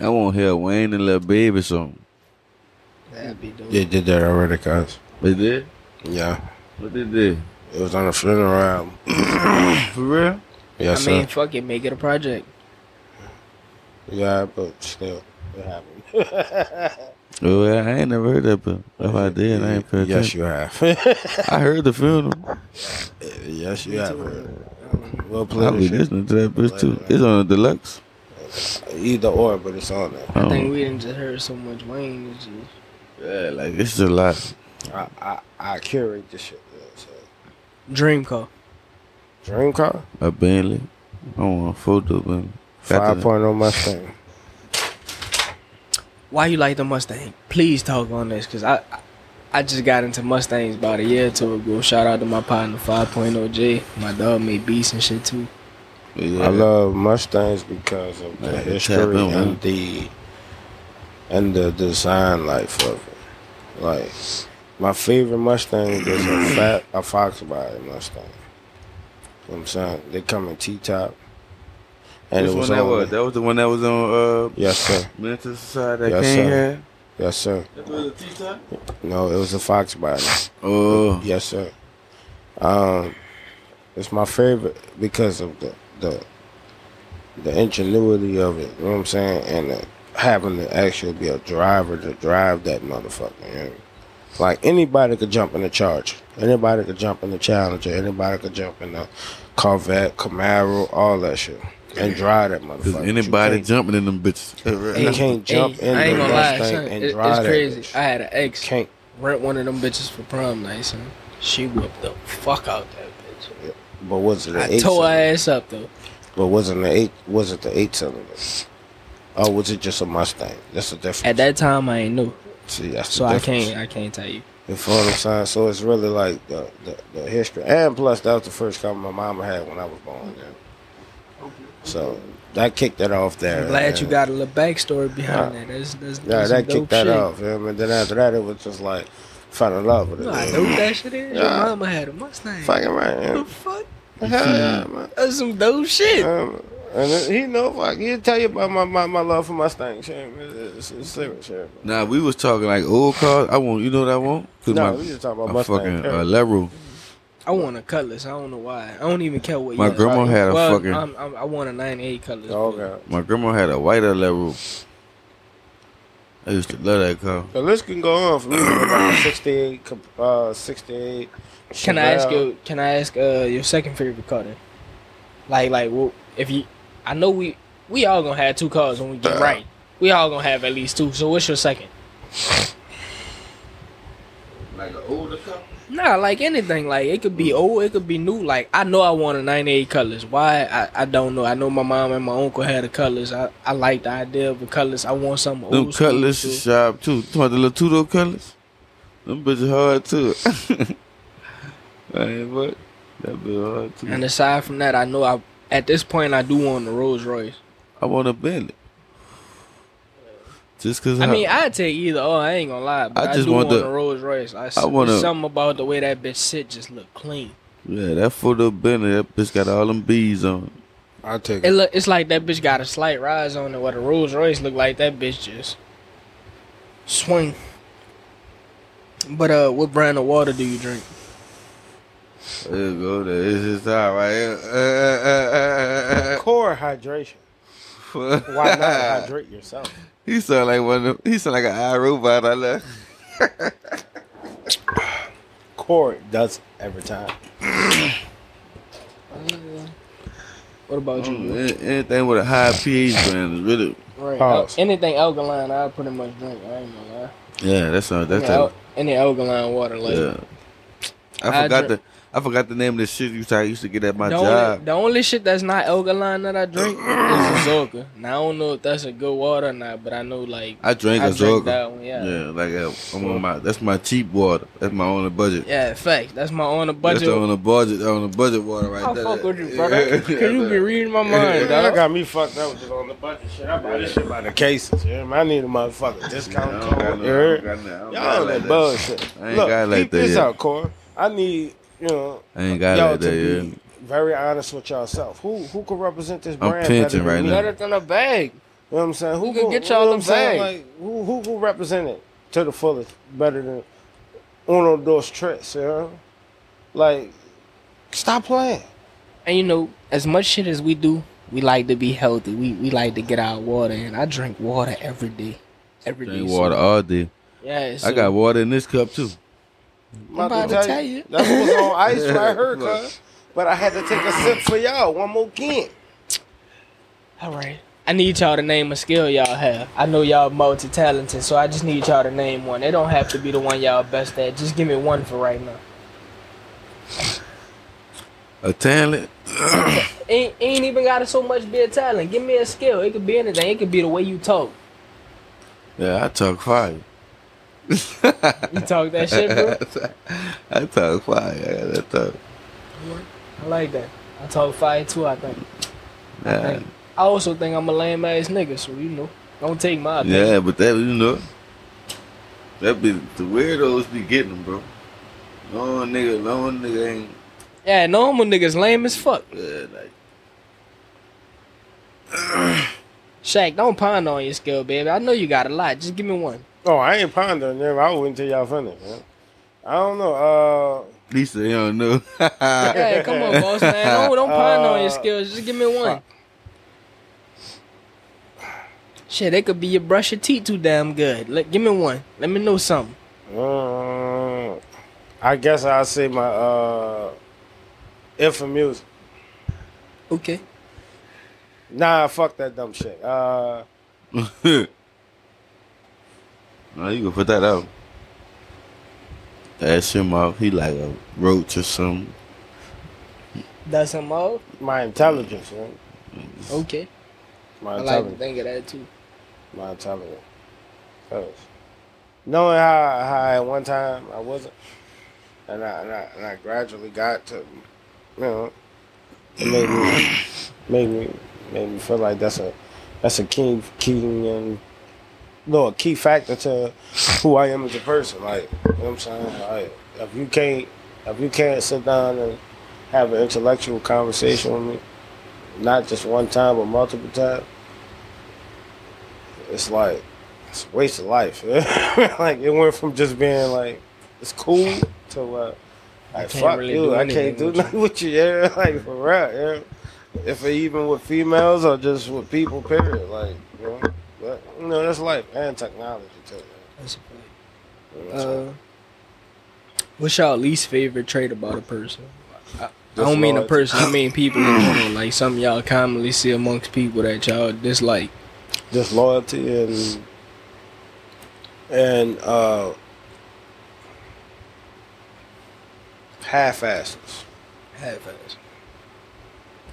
Speaker 7: I want to hear Wayne and Lil Baby song.
Speaker 8: That'd be dope.
Speaker 3: They did that already, cuz.
Speaker 7: They did?
Speaker 3: Yeah.
Speaker 7: What they did?
Speaker 3: It was on a funeral album.
Speaker 7: For real?
Speaker 3: Yes,
Speaker 8: I mean,
Speaker 3: sir.
Speaker 8: fuck it, make it a project.
Speaker 3: Yeah, but still, it happened.
Speaker 7: Oh, yeah, I ain't never heard that, but if I did, I ain't paid
Speaker 3: yes,
Speaker 7: attention.
Speaker 3: you have.
Speaker 7: I heard the funeral.
Speaker 3: yes, you have. Heard. We'll play
Speaker 7: I
Speaker 3: the
Speaker 7: be
Speaker 3: shit.
Speaker 7: listening to that bitch too. It's on the deluxe.
Speaker 3: either or, but it's on there.
Speaker 8: I think
Speaker 7: Um,
Speaker 8: we didn't just heard so much Wayne. It's just,
Speaker 7: yeah, like it's a lot.
Speaker 3: I, I, I curate the shit. You know what I'm saying?
Speaker 8: Dream car.
Speaker 3: Dream car,
Speaker 7: A Bentley. I want a photo Bentley. Got
Speaker 3: five
Speaker 7: the-
Speaker 3: point oh Mustang.
Speaker 8: Why you like the Mustang? Please talk on this, cause I, I- I just got into Mustangs about a year or two ago. Shout out to my partner 5.0 J. My dog made beats and shit too.
Speaker 7: Yeah.
Speaker 3: I love Mustangs because of the
Speaker 7: Yeah, they tap
Speaker 3: history
Speaker 7: in, man.
Speaker 3: and the and the design life of it. Like my favorite Mustang is a fat a Fox body Mustang. You know what I'm saying they come in T top, and
Speaker 7: Which
Speaker 3: it was
Speaker 7: one that
Speaker 3: on
Speaker 7: was?
Speaker 3: the-
Speaker 7: That was the one that was on uh
Speaker 3: Yes sir,
Speaker 7: Mental Society that
Speaker 3: Yes,
Speaker 7: King
Speaker 3: sir.
Speaker 7: had.
Speaker 3: yes sir.
Speaker 7: That was a T-top?
Speaker 3: No, it was a Fox body.
Speaker 7: Oh.
Speaker 3: Yes, sir. Um, it's my favorite because of the the the ingenuity of it. You know what I'm saying? And uh, having to actually be a driver to drive that motherfucker. You know? Like anybody could jump in the Charger, anybody could jump in the Challenger, anybody could jump in the Corvette, Camaro, all that shit, and drive that motherfucker.
Speaker 7: Does
Speaker 3: But you
Speaker 7: anybody
Speaker 3: can't-
Speaker 7: jumping in them bitches?
Speaker 3: You can't jump in
Speaker 8: I ain't
Speaker 3: the
Speaker 8: gonna lie,
Speaker 3: Mustang
Speaker 8: son.
Speaker 3: and
Speaker 8: It,
Speaker 3: drive
Speaker 8: it's
Speaker 3: that
Speaker 8: crazy.
Speaker 3: bitch.
Speaker 8: I had an ex
Speaker 3: Can't.
Speaker 8: rent one of them bitches for prom night, son. She whipped the fuck out that bitch.
Speaker 3: But was it? an
Speaker 8: I
Speaker 3: eight
Speaker 8: tore her
Speaker 3: cylinder?
Speaker 8: ass up though.
Speaker 3: But wasn't the eight? Was it the eight cylinder? Or was it just a Mustang? That's the difference.
Speaker 8: At that time, I ain't knew,
Speaker 3: see, that's
Speaker 8: so
Speaker 3: the
Speaker 8: I
Speaker 3: difference.
Speaker 8: can't. I can't tell you.
Speaker 3: You feel what I'm saying? So it's really like the, the, the history, and plus that was the first car my mama had when I was born. Yeah. So that kicked that off there.
Speaker 8: I'm glad you
Speaker 3: and-
Speaker 8: got a little backstory behind that. That's, that's,
Speaker 3: Yeah,
Speaker 8: that's some
Speaker 3: that
Speaker 8: dope
Speaker 3: kicked that
Speaker 8: shit.
Speaker 3: off. Yeah, and then after that, it was just like fell in love with it.
Speaker 8: No, I know what that shit is. Your
Speaker 3: Yeah.
Speaker 8: mama had a Mustang.
Speaker 3: Fucking right.
Speaker 8: The
Speaker 3: Yeah.
Speaker 8: fuck?
Speaker 3: Hell yeah, man.
Speaker 8: That's some dope shit.
Speaker 3: Um, and it- he know, fuck, he'll tell you about my, my, my love for Mustang, shit. It's, it's, it's serious, shit.
Speaker 7: Nah, we was talking like old cars. I want, you know what I want? Cause
Speaker 3: No,
Speaker 7: my,
Speaker 3: we just talking about
Speaker 7: my
Speaker 3: Mustang,
Speaker 7: fucking
Speaker 3: yeah.
Speaker 7: uh, Leru.
Speaker 8: I want a cutlass. I don't know why. I don't even care what.
Speaker 7: My
Speaker 8: year.
Speaker 7: grandma had a
Speaker 8: well, um,
Speaker 7: fucking.
Speaker 8: I'm, I'm, I want a 98 cutlass.
Speaker 3: Oh,
Speaker 8: but
Speaker 3: God.
Speaker 7: my grandma had a white Leru. I used to love that car.
Speaker 3: The list can go on for me. About 68, uh, 68.
Speaker 8: Can I ask
Speaker 3: Chevelle.
Speaker 8: you? Can I ask uh, your second favorite car then? Like, like, well, if you, I know we we all gonna have two cars when we get right. We all gonna have at least two. So what's your second?
Speaker 7: Like an older car?
Speaker 8: Nah, like anything. Like it could be old, it could be new. Like I know I want a '98 colors. Why? I, I don't know. I know my mom and my uncle had a colors. I, I like the idea of a colors. I want something old.
Speaker 7: Them
Speaker 8: school,
Speaker 7: Cutlass
Speaker 8: too.
Speaker 7: is sharp too. You talking about the little two door Cutlass? Them bitches hard too. Hey, what? That bitch hard too.
Speaker 8: And aside from that, I know I at this point I do want a Rolls Royce.
Speaker 7: I want a Bentley. Just cause
Speaker 8: I
Speaker 7: how-
Speaker 8: mean, I'd take either. Oh, I ain't gonna lie, but I,
Speaker 7: I just
Speaker 8: do
Speaker 7: want
Speaker 8: want,
Speaker 7: the-
Speaker 8: a Rolls Royce. I,
Speaker 7: I want a-
Speaker 8: something about the way that bitch sit just look clean.
Speaker 7: yeah, that photo Bentley, that bitch got all them bees on. it.
Speaker 3: I'll take
Speaker 8: It
Speaker 3: it.
Speaker 8: look, it's like that bitch got a slight rise on it. What a Rolls Royce look like that bitch just swing. But uh, what brand of water do you drink?
Speaker 7: There you go. There is his time right here. Uh,
Speaker 3: Core hydration.
Speaker 7: uh, uh, uh, uh.
Speaker 3: Why not hydrate yourself?
Speaker 7: he sound like one of them. He sound like an iRobot. I love.
Speaker 3: Core does it every time.
Speaker 8: What about you?
Speaker 7: Mm. Anything with a high pH band is really.
Speaker 8: Right.
Speaker 3: Pause.
Speaker 8: al- anything alkaline, I pretty much drink. I ain't gonna lie.
Speaker 7: Yeah, that's all. That's
Speaker 8: Any,
Speaker 7: all.
Speaker 8: al- any alkaline water, like
Speaker 7: Yeah. I
Speaker 8: I
Speaker 7: forgot
Speaker 8: drink-
Speaker 7: the I forgot the name of the shit you I used to get at my
Speaker 8: the
Speaker 7: job.
Speaker 8: Only, the only shit that's not alkaline that I drink is Azorca. Now I don't know if that's a good water or not, but I know like
Speaker 7: I drank
Speaker 8: I
Speaker 7: a
Speaker 8: drink
Speaker 7: Zorga.
Speaker 8: that one.
Speaker 7: Yeah.
Speaker 8: Yeah.
Speaker 7: like uh, I'm on my that's my cheap water. That's my only budget.
Speaker 8: Yeah, fact. That's my on the
Speaker 7: That's
Speaker 8: budget.
Speaker 7: the on a budget on the budget water right
Speaker 8: I
Speaker 7: there.
Speaker 8: fuck with you, brother. Can you be reading my
Speaker 3: Yeah,
Speaker 8: mind,
Speaker 3: that
Speaker 8: dog?
Speaker 3: got me fucked up with this on the budget shit. I buy this shit by the cases. Yeah, man. I need a motherfucker discount
Speaker 7: I don't got
Speaker 3: code.
Speaker 7: no-
Speaker 3: You
Speaker 7: I don't
Speaker 3: heard?
Speaker 7: got no- I
Speaker 3: Y'all
Speaker 7: don't got
Speaker 3: that
Speaker 7: like
Speaker 3: bullshit.
Speaker 7: I ain't
Speaker 3: Look,
Speaker 7: got like
Speaker 3: keep
Speaker 7: that
Speaker 3: this
Speaker 7: yet.
Speaker 3: out, Core. I need you know
Speaker 7: I ain't got
Speaker 3: y'all
Speaker 7: like
Speaker 3: to
Speaker 7: that.
Speaker 3: be
Speaker 7: Yeah.
Speaker 3: very honest with yourself. Who who could represent this
Speaker 7: I'm
Speaker 3: brand better
Speaker 7: pinching
Speaker 3: than
Speaker 7: right
Speaker 3: me?
Speaker 7: now.
Speaker 8: Better than a bag.
Speaker 3: You know what I'm saying? Who
Speaker 8: We could
Speaker 3: gon-
Speaker 8: get
Speaker 3: you know
Speaker 8: y'all
Speaker 3: what I'm
Speaker 8: them
Speaker 3: saying?
Speaker 8: things.
Speaker 3: Like who who who represent it to the fullest better than Uno dos tres, you know? Like stop playing.
Speaker 8: And you know, as much shit as we do, we like to be healthy. We we like to get our water in. I drink water every day. Every day.
Speaker 7: Drink
Speaker 8: so-
Speaker 7: water all day.
Speaker 8: Yeah. So
Speaker 7: I got water in this cup too.
Speaker 3: I'm
Speaker 8: about to tell you.
Speaker 3: That's what's on ice right here, cuz. But I had to take a sip for y'all one more can.
Speaker 8: All right. I need y'all to name a skill y'all have. I know y'all multi talented, so I just need y'all to name one. It don't have to be the one y'all best at. Just give me one for right now.
Speaker 7: A talent.
Speaker 8: Ain't, ain't even gotta so much be a talent. Give me a skill. It could be anything. It could be the way you talk.
Speaker 7: Yeah, I talk fire.
Speaker 8: You talk that shit, bro.
Speaker 7: I talk fire. I talk.
Speaker 8: I like that. I talk fire too. I think.
Speaker 7: Nah.
Speaker 8: Hey, I also think I'm a lame ass nigga, so you know, don't take my opinion.
Speaker 7: Yeah, but that you know, that be the weirdos be getting them, bro. No nigga, no nigga ain't
Speaker 8: Yeah, normal niggas lame as fuck.
Speaker 7: uh, like
Speaker 8: Shaq, don't ponder on your skill, baby. I know you got a lot. Just give me one.
Speaker 3: Oh, I ain't pondering them. I wouldn't till y'all finished, man. I don't know. Uh
Speaker 7: Lisa. You don't know.
Speaker 8: Hey, come on, boss man. Don't, don't ponder on your
Speaker 3: Uh,
Speaker 8: skills. Just give me one. Shit, it could be you brush your teeth too damn good. Let, give me one. Let me know something.
Speaker 3: uh, Mm, I guess I'll say my uh if for music.
Speaker 8: Okay.
Speaker 3: Nah, fuck that dumb shit. Uh
Speaker 7: nah, you can put that out. That's him off. He like a roach or something.
Speaker 8: That's him all.
Speaker 3: my intelligence, man.
Speaker 8: Okay.
Speaker 3: My
Speaker 8: I like to
Speaker 3: intelligence.
Speaker 8: think of that too.
Speaker 3: my intelligence. 'Cause knowing how, how at one time I wasn't and I, and I and I gradually got to you know it made me made me made me feel like that's a that's a key key and no a key factor to who I am as a person. Like you know what I'm saying? Like if you can't if you can't sit down and have an intellectual conversation with me, not just one time but multiple times, it's like it's a waste of life. like it went from just being like it's cool to uh, like
Speaker 8: can't
Speaker 3: fuck
Speaker 8: really
Speaker 3: you,
Speaker 8: do
Speaker 3: I can't
Speaker 8: anything
Speaker 3: do
Speaker 8: with
Speaker 3: nothing with you. Yeah, like for real. Yeah, if it even with females or just with people, period. Like you know, but you know that's life and technology too. man.
Speaker 8: That's a point.
Speaker 3: You know, so
Speaker 8: Uh, what's y'all least favorite trait about a person? I
Speaker 3: just
Speaker 8: don't mean a
Speaker 3: large.
Speaker 8: person. I mean people in general. Like some y'all commonly see amongst people that y'all dislike.
Speaker 3: disloyalty and and uh half asses.
Speaker 8: Half-ass.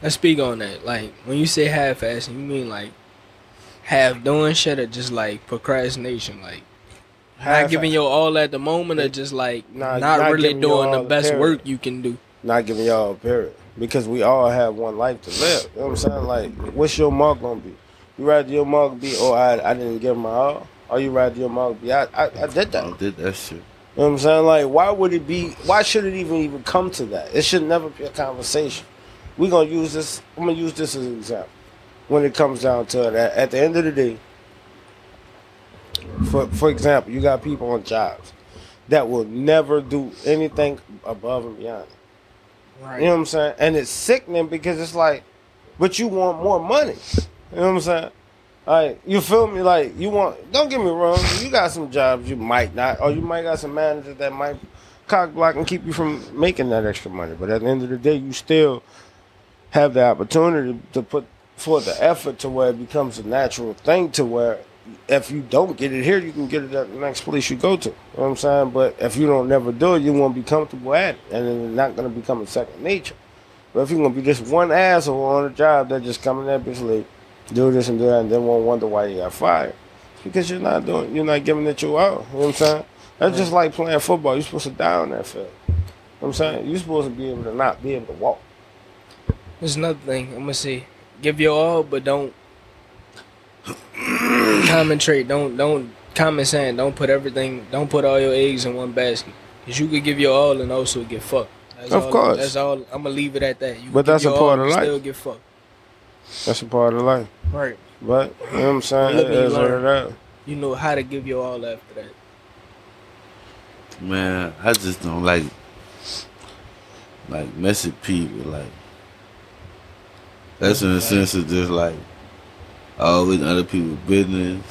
Speaker 8: Let's speak on that. Like when you say half-ass, you mean like half doing shit or just like procrastination, like not giving your all at the moment, or just like
Speaker 3: Nah,
Speaker 8: not,
Speaker 3: not
Speaker 8: really
Speaker 3: giving your
Speaker 8: doing the
Speaker 3: all,
Speaker 8: best
Speaker 3: period.
Speaker 8: work you can do.
Speaker 3: not giving y'all a period. Because we all have one life to live. You know what I'm saying? Like, what's your mark gonna be? You rather your mark be, oh, I, I didn't give my all, or you rather your mark be, I, I, I did that.
Speaker 7: I did that shit.
Speaker 3: You know what I'm saying? Like, why would it be? Why should it even even come to that? It should never be a conversation. We're gonna use this. I'm gonna use this as an example. When it comes down to it, at, at the end of the day, for for example, you got people on jobs that will never do anything above and beyond.
Speaker 8: Right.
Speaker 3: You know what I'm saying? And it's sickening because it's like, but you want more money. You know what I'm saying? Like, you feel me? Like, you want, don't get me wrong, you got some jobs you might not, or you might got some managers that might cock block and keep you from making that extra money. But at the end of the day, you still have the opportunity to put forth the effort to where it becomes a natural thing to where if you don't get it here, you can get it at the next place you go to. You know what I'm saying? But if you don't never do it, you won't be comfortable at it. And then it's not going to become a second nature. But if you're going to be just one asshole on a job that just coming that bitch late, do this and do that, and then won't wonder why you got fired. It's because you're not doing, you're not giving it your all. You know what I'm saying? That's just like playing football. You're supposed to die on that field. You know what I'm saying? You're supposed to be able to not be able to walk.
Speaker 8: There's another thing I'm gonna say. Give your all, but don't concentrate. Don't don't common saying. Don't put everything. Don't put all your eggs in one basket. Cause you could give your all and also get fucked. That's
Speaker 3: Of
Speaker 8: all-
Speaker 3: course.
Speaker 8: That's all. I'm gonna leave it at that. You
Speaker 3: But
Speaker 8: can
Speaker 3: that's
Speaker 8: give
Speaker 3: a
Speaker 8: your all
Speaker 3: part of
Speaker 8: and
Speaker 3: life.
Speaker 8: Still get fucked.
Speaker 3: That's a part of life.
Speaker 8: Right.
Speaker 3: But you know what I'm saying,
Speaker 8: Let
Speaker 3: it
Speaker 8: me
Speaker 3: is what
Speaker 8: learn.
Speaker 3: it is.
Speaker 8: You know how to give your all after that.
Speaker 7: Man, I just don't like like messy people. Like that's in a sense of just like always in other people's business,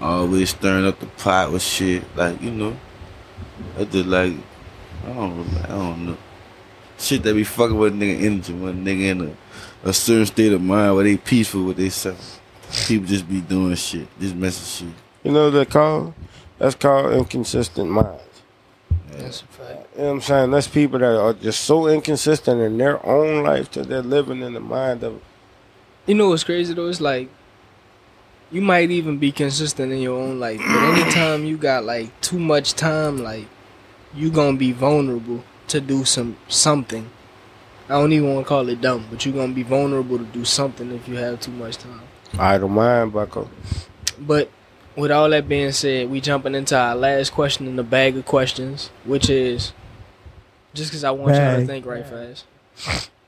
Speaker 7: always stirring up the pot with shit. Like you know, I just like I don't really- I don't know shit that be fucking with nigga energy when nigga in a, a certain state of mind where they peaceful with themselves. People just be doing shit, just messy shit.
Speaker 3: You know what they call? That's called inconsistent minds.
Speaker 8: That's a fact.
Speaker 3: You know what I'm saying? That's people that are just so inconsistent in their own life that they're living in the mind of
Speaker 8: You know what's crazy though? It's like you might even be consistent in your own life, but anytime you got like too much time, like you gonna be vulnerable to do some something. I don't even want to call it dumb, but you're gonna be vulnerable to do something if you have too much time.
Speaker 3: idle mind, bucko.
Speaker 8: But with all that being said, we jumping into our last question in the bag of questions, which is just because I want y'all to
Speaker 5: Bag.
Speaker 8: think right fast.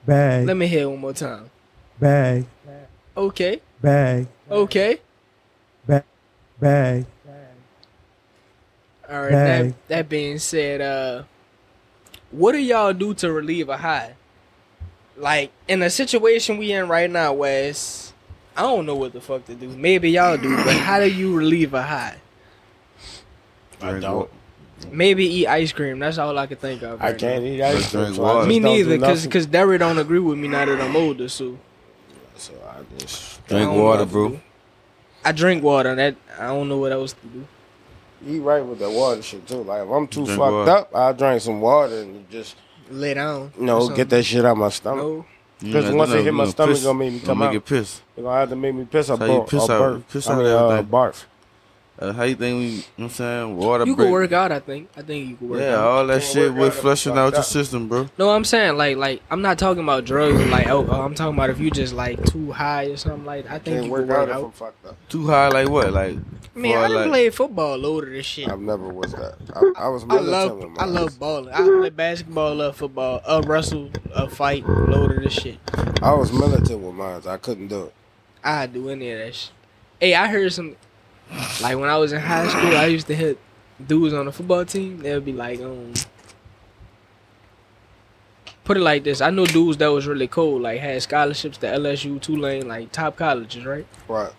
Speaker 8: Let
Speaker 5: Bag,
Speaker 8: me hear it one more time.
Speaker 5: bag,
Speaker 8: Okay,
Speaker 5: bag,
Speaker 8: okay.
Speaker 5: bag.
Speaker 8: All right.
Speaker 5: Bag.
Speaker 8: That, that being said, uh, what do y'all do to relieve a high? Like in the situation we in right now, where it's I don't know what the fuck to do. Maybe y'all do, but how do you relieve a high?
Speaker 3: I don't.
Speaker 8: Maybe eat ice cream. That's all I could think of.
Speaker 3: I
Speaker 8: right now.
Speaker 3: can't eat ice
Speaker 7: Just
Speaker 3: cream.
Speaker 7: drink
Speaker 3: so I
Speaker 7: water.
Speaker 3: just
Speaker 8: Me
Speaker 3: don't do
Speaker 8: neither, cause
Speaker 3: nothing.
Speaker 8: 'cause Derry don't agree with me now that I'm older. So
Speaker 3: So I just
Speaker 8: I
Speaker 7: Drink
Speaker 8: don't know
Speaker 7: water,
Speaker 8: what to
Speaker 7: bro.
Speaker 8: do. I drink water. That I don't know what else to do.
Speaker 3: eat right with the water shit too. Like if I'm too
Speaker 7: Drink
Speaker 3: fucked
Speaker 7: water.
Speaker 3: up, I'll drink some water and just
Speaker 8: Lay down.
Speaker 3: you know,
Speaker 8: or
Speaker 3: get that shit out of my stomach.
Speaker 8: No.
Speaker 3: Because once it hit my stomach, gonna make me come
Speaker 7: i
Speaker 3: out.
Speaker 7: get pissed.
Speaker 3: You're gonna have to make me piss or
Speaker 7: That's how you
Speaker 3: burp.
Speaker 7: piss
Speaker 3: or
Speaker 7: out-
Speaker 3: burp.
Speaker 7: piss
Speaker 3: I
Speaker 7: out
Speaker 3: mean, uh,
Speaker 7: everything.
Speaker 3: barf.
Speaker 7: Uh, how you think we? You know what I'm saying water.
Speaker 8: You
Speaker 7: break.
Speaker 8: can work out. I think. I think you can work
Speaker 7: Yeah,
Speaker 8: out.
Speaker 7: all that
Speaker 3: Can't
Speaker 7: shit
Speaker 3: work out
Speaker 7: with
Speaker 3: if you
Speaker 7: flushing
Speaker 3: fucked
Speaker 7: out your
Speaker 3: up.
Speaker 7: system, bro.
Speaker 8: No, I'm saying like like I'm not talking about drugs or like alcohol. I'm talking about if you just like too high or something like I think
Speaker 3: Can't
Speaker 8: you
Speaker 3: work
Speaker 8: can work
Speaker 3: out if
Speaker 8: out.
Speaker 3: I'm fucked up.
Speaker 7: Too high, like what? Like
Speaker 8: Man,
Speaker 7: for,
Speaker 8: I done
Speaker 7: like-
Speaker 8: played football loaded this shit.
Speaker 3: I've never was that. I, I was
Speaker 8: I
Speaker 3: militant
Speaker 8: love
Speaker 3: with my
Speaker 8: I love balling. I love basketball, love football, uh wrestle, uh fight, loaded this shit.
Speaker 3: I was militant with mine. I couldn't do it.
Speaker 8: I do any of that shit. Hey, I heard some like when I was in high school, I used to hit dudes on the football team. They would be like, um, put it like this. I know dudes that was really cool, like had scholarships to LSU, Tulane, like top colleges, right?
Speaker 3: Right.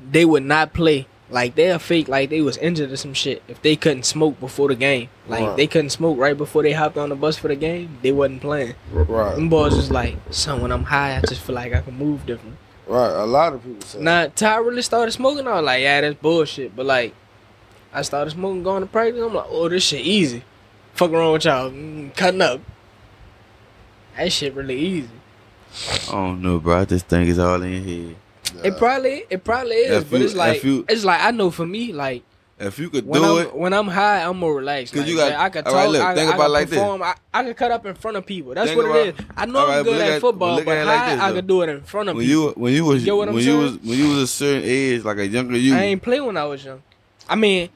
Speaker 8: They would not play. Like they're fake. Like they was injured or some shit. If they couldn't smoke before the game, like
Speaker 3: Right.
Speaker 8: they couldn't smoke right before they hopped on the bus for the game, they wasn't playing.
Speaker 3: Right.
Speaker 8: Them boys was like, son, when I'm high, I just feel like I can move different.
Speaker 3: Right. A lot of people say
Speaker 8: Nah, Ty really started smoking. I was like, yeah, that's bullshit. But like, I started smoking, going to practice. I'm like, oh, this shit easy. Fuck wrong with y'all? Mm, cutting up. That shit really easy.
Speaker 7: I don't know, bro. I just think it's all in your head.
Speaker 8: It probably, it probably is.
Speaker 7: If
Speaker 8: but
Speaker 7: you-
Speaker 8: it's like,
Speaker 7: if you-
Speaker 8: it's like I know for me, like
Speaker 7: If you could
Speaker 8: when
Speaker 7: do
Speaker 8: I'm
Speaker 7: it,
Speaker 8: when I'm high, I'm more relaxed.
Speaker 7: 'Cause
Speaker 8: Like,
Speaker 7: you got-
Speaker 8: man, I can talk.
Speaker 7: all right, look,
Speaker 8: I,
Speaker 7: think
Speaker 8: I
Speaker 7: about
Speaker 8: can
Speaker 7: it like this.
Speaker 8: perform. I, I can cut up in front of people. That's
Speaker 7: Think
Speaker 8: what
Speaker 7: about-
Speaker 8: it is. I know
Speaker 7: all
Speaker 8: I'm
Speaker 7: right, but
Speaker 8: good
Speaker 7: look
Speaker 8: at,
Speaker 7: at-
Speaker 8: football,
Speaker 7: look
Speaker 8: but
Speaker 7: at
Speaker 8: high,
Speaker 7: it like this,
Speaker 8: I
Speaker 7: though.
Speaker 8: can do it in front of
Speaker 7: when
Speaker 8: people.
Speaker 7: you when you was
Speaker 8: Get what I'm
Speaker 7: when you was
Speaker 8: saying?
Speaker 7: when you was a certain age, like a younger you,
Speaker 8: I ain't play when I was young. I mean,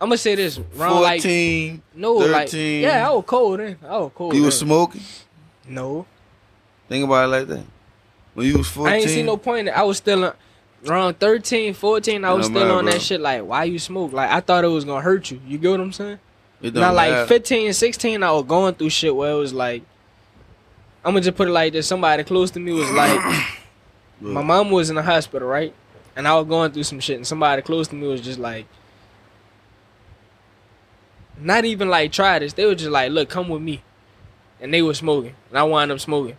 Speaker 8: I'm gonna say this. Around like
Speaker 7: fourteen,
Speaker 8: No, like
Speaker 7: 13.
Speaker 8: yeah, I was cold then. I was cold.
Speaker 7: you
Speaker 8: then.
Speaker 7: was smoking.
Speaker 8: no,
Speaker 7: Think about it like that. When you was fourteen,
Speaker 8: I ain't see no point. in it. I was still uh, around 13, 14. I
Speaker 7: It
Speaker 8: was
Speaker 7: don't
Speaker 8: still
Speaker 7: matter,
Speaker 8: on
Speaker 7: bro.
Speaker 8: that shit. Like, why you smoke? Like, I thought it was gonna hurt you. You get what I'm saying?
Speaker 7: it don't
Speaker 8: Now, like
Speaker 7: matter.
Speaker 8: 15, 16, I was going through shit where it was like, I'm gonna just put it like this. Somebody close to me was like,
Speaker 7: Look,
Speaker 8: my mom was in the hospital, right? And I was going through some shit, and somebody close to me was just like, not even like try this. They were just like, look, come with me. And they were smoking, and I wound up smoking.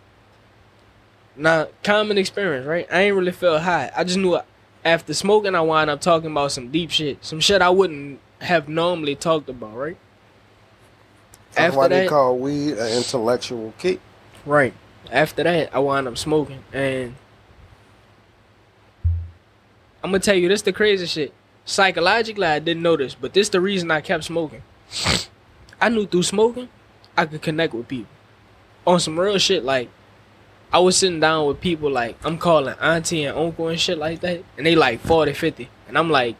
Speaker 8: Now, common experience, right? I ain't really felt high. I just knew after smoking, I wound up talking about some deep shit, some shit I wouldn't have normally talked about, right?
Speaker 3: that's
Speaker 8: after
Speaker 3: why they
Speaker 8: that-
Speaker 3: call weed an intellectual kick.
Speaker 8: Right. After that, I wound up smoking, and I'm gonna tell you this: the crazy shit. Psychologically, I didn't know this, but this the reason I kept smoking. I knew through smoking, I could connect with people on some real shit. Like I was sitting down with people, like I'm calling auntie and uncle and shit like that, and they like 40, 50, and I'm like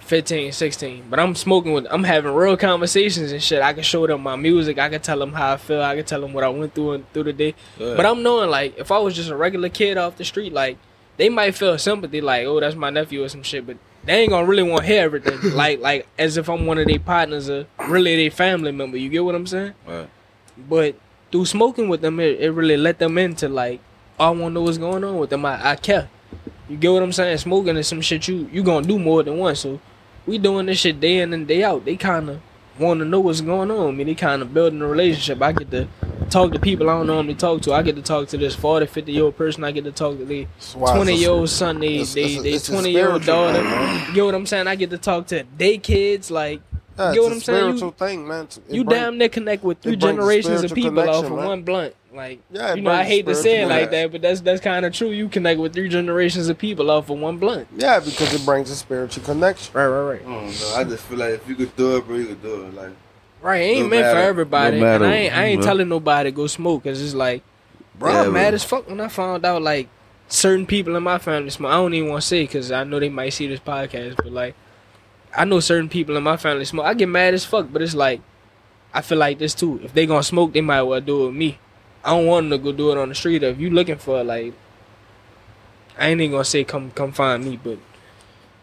Speaker 8: 15, 16. But I'm smoking with, I'm having real conversations and shit. I can show them my music. I can tell them how I feel. I can tell them what I went through and through the day.
Speaker 7: yeah.
Speaker 8: But I'm knowing like if I was just a regular kid off the street, like they might feel sympathy, like, oh, that's my nephew or some shit, but they ain't gonna really want to hear everything. like, like as if I'm one of their partners or really their family member. You get what I'm saying?
Speaker 7: Right.
Speaker 8: But through smoking with them, it, it really let them into like, I want to know what's going on with them. I, I care. You get what I'm saying? Smoking is some shit you you gonna do more than once. So we doing this shit day in and day out. They kind of want to know what's going on. I mean, they kind of building a relationship. I get to talk to people I don't normally talk to. I get to talk to this 40, 50 year old person. I get to talk to the
Speaker 6: That's why it's a-
Speaker 8: 20 year old son, they,
Speaker 6: it's-
Speaker 8: they,
Speaker 6: it's a-
Speaker 8: they
Speaker 6: it's a
Speaker 8: 20 year old
Speaker 6: spiritual
Speaker 8: daughter.
Speaker 6: thing, man.
Speaker 8: You get what I'm saying? I get to talk to they kids. Like,
Speaker 6: Yeah,
Speaker 8: you
Speaker 6: it's
Speaker 8: get what
Speaker 6: a
Speaker 8: I'm saying? You-
Speaker 6: spiritual thing, man. It
Speaker 8: you
Speaker 6: bring-
Speaker 8: damn near connect with three
Speaker 6: it brings a
Speaker 8: generations of
Speaker 6: spiritual
Speaker 8: people off of
Speaker 6: connection, man.
Speaker 8: one blunt. Like,
Speaker 6: Yeah, it
Speaker 8: you know, I
Speaker 6: brings a
Speaker 8: hate to say it
Speaker 6: spiritual
Speaker 8: like
Speaker 6: connection.
Speaker 8: that, but that's that's kind of true. You connect with three generations of people off of one blunt.
Speaker 6: Yeah, because it brings a spiritual connection.
Speaker 8: Right, right, right.
Speaker 7: I don't know. I just feel like if you could do it, bro, you could do it. Like,
Speaker 8: Right, it ain't
Speaker 7: No
Speaker 8: meant for
Speaker 7: matter-
Speaker 8: everybody.
Speaker 7: no matter-
Speaker 8: and I ain't, I ain't
Speaker 7: no-
Speaker 8: telling nobody to go smoke because it's like, bro,
Speaker 7: Yeah,
Speaker 8: I'm mad
Speaker 7: bro.
Speaker 8: as fuck when I found out like certain people in my family smoke. I don't even want to say because I know they might see this podcast, but like, I know certain people in my family smoke. I get mad as fuck, but it's like, I feel like this too. If they gonna smoke, they might well do it with me. I don't want them to go do it on the street. Or if you looking for it, like, I ain't even gonna say come come find me, but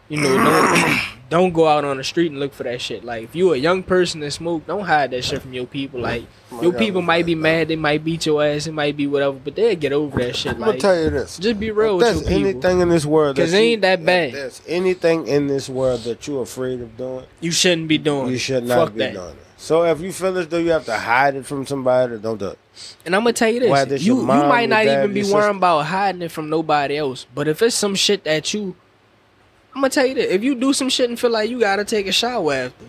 Speaker 8: you know, don't don't go out on the street and look for that shit. Like, if you a young person that smoke, don't hide that shit from your people. Like, your people might be mad, they might beat your ass, it might be whatever, but they'll get over that shit.
Speaker 6: I'm gonna
Speaker 8: Like,
Speaker 6: tell you this.
Speaker 8: just be
Speaker 3: If
Speaker 8: real with your
Speaker 3: there's
Speaker 8: people.
Speaker 3: anything in this world,
Speaker 8: Cause
Speaker 3: that
Speaker 8: it
Speaker 3: you-
Speaker 8: ain't that
Speaker 3: if
Speaker 8: bad.
Speaker 3: There's anything in this world that you're afraid of doing.
Speaker 8: you shouldn't be doing.
Speaker 3: You
Speaker 8: it.
Speaker 3: should not
Speaker 8: Fuck
Speaker 3: be
Speaker 8: that.
Speaker 3: doing it. So if you feel as though you have to hide it from somebody, then don't do it.
Speaker 8: And I'm gonna tell you
Speaker 3: Why
Speaker 8: this:
Speaker 3: this
Speaker 8: you
Speaker 3: your
Speaker 8: you
Speaker 3: mom,
Speaker 8: might
Speaker 3: your
Speaker 8: not
Speaker 3: dad,
Speaker 8: even be
Speaker 3: your
Speaker 8: worrying
Speaker 3: sister?
Speaker 8: about hiding it from nobody else. But if it's some shit that you, I'm gonna tell you this: if you do some shit and feel like you gotta take a shower after,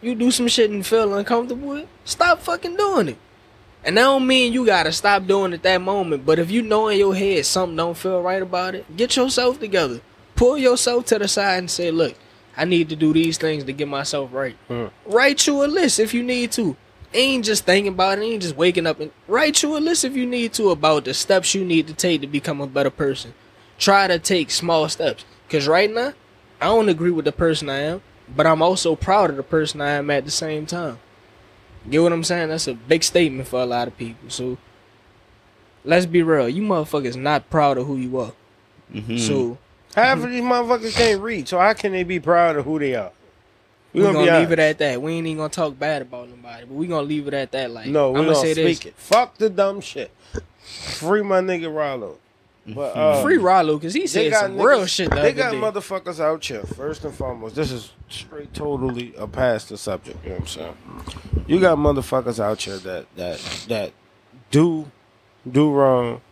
Speaker 8: you do some shit and feel uncomfortable with, stop fucking doing it. And that don't mean you gotta stop doing it that moment. But if you know in your head something don't feel right about it, get yourself together, pull yourself to the side, and say, "Look, I need to do these things to get myself right."
Speaker 3: Mm.
Speaker 8: Write you a list if you need to ain't just thinking about it, ain't just waking up and write you a list if you need to about the steps you need to take to become a better person. Try to take small steps. Cause right now, I don't agree with the person I am, but I'm also proud of the person I am at the same time. Get what I'm saying? That's a big statement for a lot of people. So let's be real, you motherfuckers not proud of who you are.
Speaker 3: Mm-hmm.
Speaker 7: mhm.
Speaker 8: So
Speaker 3: Half of these motherfuckers can't read, so how can they be proud of who they are? We
Speaker 8: we're
Speaker 3: gonna,
Speaker 8: gonna,
Speaker 3: be
Speaker 8: leave it
Speaker 3: honest.
Speaker 8: at that. We ain't even gonna talk bad about nobody, but we gonna leave it at that. Like
Speaker 3: No,
Speaker 8: I'm
Speaker 3: we
Speaker 8: gonna
Speaker 3: don't
Speaker 8: say
Speaker 3: speak
Speaker 8: this.
Speaker 3: it. Fuck the dumb shit. Free my nigga Rollo. But uh,
Speaker 8: Free Rollo, cause he said some
Speaker 3: niggas-
Speaker 8: real shit. The
Speaker 3: They
Speaker 8: other
Speaker 3: got
Speaker 8: day.
Speaker 3: motherfuckers out here. First and foremost, this is straight, totally a past the subject. You know what I'm saying? You got motherfuckers out here that that that do do wrong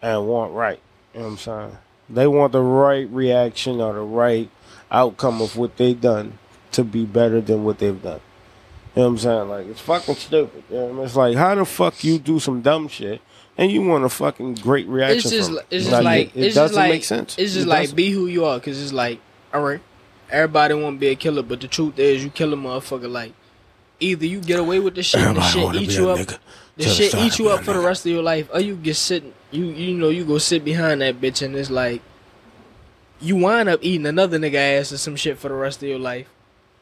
Speaker 3: and want right. You know what I'm saying? They want the right reaction or the right outcome of what they done to be better than what they've done. You know what I'm saying? Like it's fucking stupid. You know what I mean? It's like how the fuck you do some dumb shit and you want a fucking great reaction.
Speaker 8: it's just
Speaker 3: from it.
Speaker 8: it's just like
Speaker 3: it,
Speaker 8: it's
Speaker 3: doesn't
Speaker 8: just like
Speaker 3: make sense.
Speaker 8: it's just
Speaker 3: It
Speaker 8: like
Speaker 3: doesn't.
Speaker 8: be who you are because it's like all right everybody want to be a killer but the truth is you kill a motherfucker like either you get away with the shit and the shit eat you up the shit eat you up for the rest of your life or you get sitting you you know you go sit behind that bitch and it's like you wind up eating another nigga ass or some shit for the rest of your life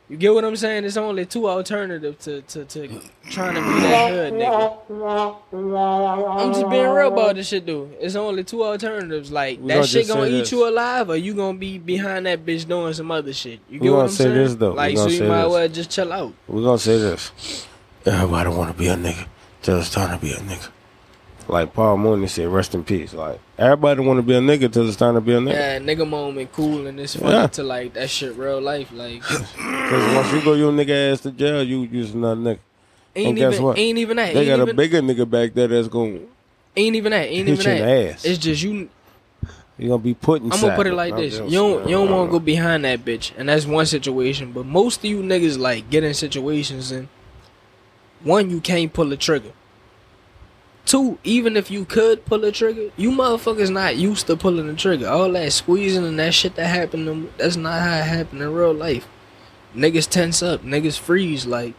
Speaker 8: you get what I'm saying? It's only two alternatives to, to, to trying to be that hood nigga. I'm just being real about this shit, dude. It's only two alternatives. Like
Speaker 3: We
Speaker 8: that
Speaker 3: gonna
Speaker 8: shit
Speaker 3: just say
Speaker 8: gonna eat
Speaker 3: this.
Speaker 8: you alive, or you gonna be behind that bitch doing some other shit.
Speaker 3: We
Speaker 8: You get what
Speaker 3: gonna
Speaker 8: I'm
Speaker 3: say
Speaker 8: saying?
Speaker 3: this, though. We
Speaker 8: Like so,
Speaker 3: gonna
Speaker 8: you
Speaker 3: say
Speaker 8: might
Speaker 3: this.
Speaker 8: well just chill out.
Speaker 3: We're gonna say this. Everybody wanna be a nigga till it's time to be a nigga. Like Paul Mooney said, rest in peace. Like everybody wanna be a nigga till it's time to be a nigga.
Speaker 8: Yeah, nigga moment, cool, and it's funny
Speaker 3: Yeah.
Speaker 8: to like that shit real life. Like
Speaker 3: Because once you go your nigga ass to jail, you use another nigga.
Speaker 8: ain't
Speaker 3: guess
Speaker 8: even
Speaker 3: what?
Speaker 8: ain't even that.
Speaker 3: They
Speaker 8: ain't
Speaker 3: got
Speaker 8: even,
Speaker 3: a bigger nigga back there that's gonna
Speaker 8: ain't even that. Ain't even
Speaker 3: hit you in
Speaker 8: that.
Speaker 3: the ass.
Speaker 8: It's just you.
Speaker 3: you gonna be put inside.
Speaker 8: I'm gonna put it like
Speaker 3: I'm
Speaker 8: this: you
Speaker 3: just-
Speaker 8: don't you don't want to go behind that bitch, and that's one situation. But most of you niggas like get in situations and one, you can't pull a trigger. Two, even if you could pull a trigger, you motherfuckers not used to pulling a trigger. All that squeezing and that shit that happened, to, that's not how it happened in real life. Niggas tense up, niggas freeze, like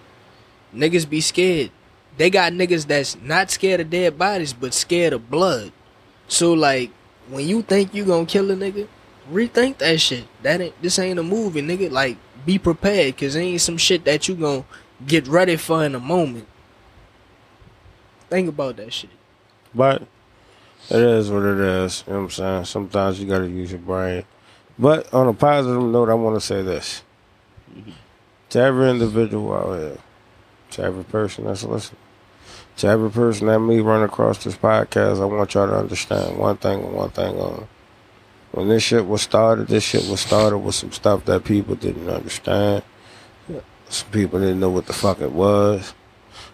Speaker 8: niggas be scared. They got niggas that's not scared of dead bodies, but scared of blood. So like, when you think you gonna kill a nigga, rethink that shit. That ain't this ain't a movie, nigga. Like, be prepared, cause it ain't some shit that you gonna get ready for in a moment. Think about that shit.
Speaker 3: But It is what it is. You know what I'm saying? Sometimes you gotta use your brain. But on a positive note, I wanna say this. To every individual out here, to every person that's listening, to every person that me run across this podcast, I want y'all to understand one thing and one thing only. When this shit was started, this shit was started with some stuff that people didn't understand. Some people didn't know what the fuck it was.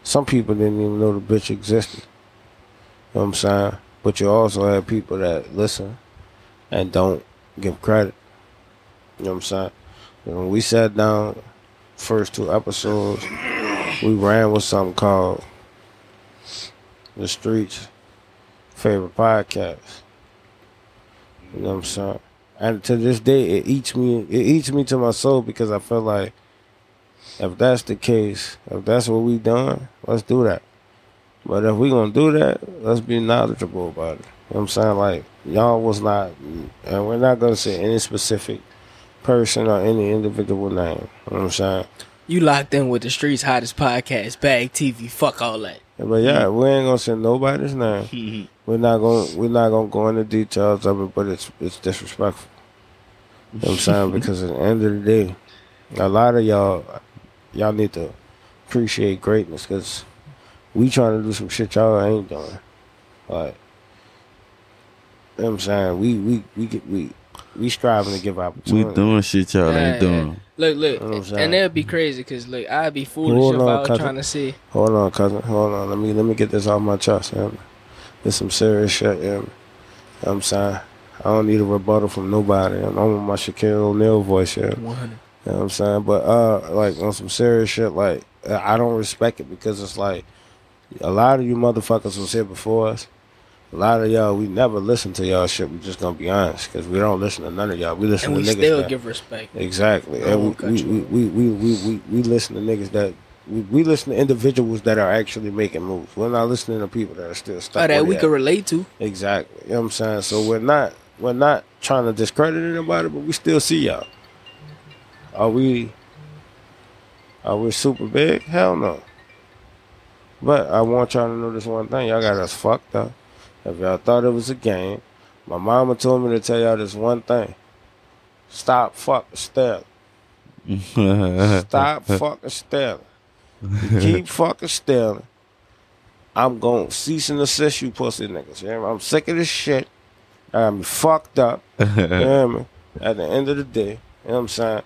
Speaker 3: Some people didn't even know the bitch existed. You know what I'm saying? But you also have people that listen and don't give credit. You know what I'm saying? And when we sat down, first two episodes, we ran with something called The Streets Favorite Podcast. You know what I'm saying? And to this day, it eats me. It eats me to my soul because I feel like if that's the case, if that's what we done, let's do that. But if we gonna do that, let's be knowledgeable about it. You know what I'm saying? Like y'all was not and we're not gonna say any specific person or any individual name. You know what I'm saying?
Speaker 8: You locked in with the streets hottest podcast, Bag TV. Fuck all that.
Speaker 3: But yeah, we ain't gonna say nobody's name. we're not gonna we're not gonna go into details of it, but it's it's disrespectful. You know what I'm saying? Because at the end of the day, a lot of y'all y'all need to appreciate greatness because we trying to do some shit y'all ain't doing. Like you know what I'm saying, we we we get we we striving to give
Speaker 7: We
Speaker 3: opportunity.
Speaker 7: doing shit y'all ain't
Speaker 8: Yeah, yeah.
Speaker 7: doing.
Speaker 8: Look, look,
Speaker 3: know what I'm saying?
Speaker 8: and that'd be crazy because look, I'd be
Speaker 3: Hold
Speaker 8: foolish if
Speaker 3: on,
Speaker 8: I was
Speaker 3: cousin.
Speaker 8: trying to see.
Speaker 3: Hold on, cousin. Hold on. Let me let me get this off my chest, man. This some serious shit, yeah. I'm saying. I don't need a rebuttal from nobody. I'm on my Shaquille O'Neal voice, yeah.
Speaker 8: One hundred.
Speaker 3: You know what I'm saying? But uh like on some serious shit, like I I don't respect it because it's like a lot of you motherfuckers was here before us. A lot of y'all, we never listen to y'all shit. We just gonna be honest because we don't listen to none of y'all. We listen
Speaker 8: And
Speaker 3: to
Speaker 8: we
Speaker 3: niggas
Speaker 8: still
Speaker 3: that-
Speaker 8: give respect.
Speaker 3: Exactly.
Speaker 8: I
Speaker 3: And
Speaker 8: won't cut
Speaker 3: we,
Speaker 8: you.
Speaker 3: we, we, we, we, we, we listen to niggas that we, we listen to individuals that are actually making moves. We're not listening to people that are still stuck.
Speaker 8: Oh,
Speaker 3: where
Speaker 8: that we
Speaker 3: they
Speaker 8: could
Speaker 3: at.
Speaker 8: relate to.
Speaker 3: exactly. You know what I'm saying? So we're not we're not trying to discredit anybody, but we still see y'all. Are we are we super big? Hell no. But I want y'all to know this one thing. Y'all got us fucked up. If y'all thought it was a game, my mama told me to tell y'all this one thing. Stop fuck step. Stop fucking stealing. You keep fucking stealing. I'm going to cease and desist you pussy niggas. You hear me? I'm sick of this shit. I'm fucked up. You hear me? At the end of the day, you know what I'm saying?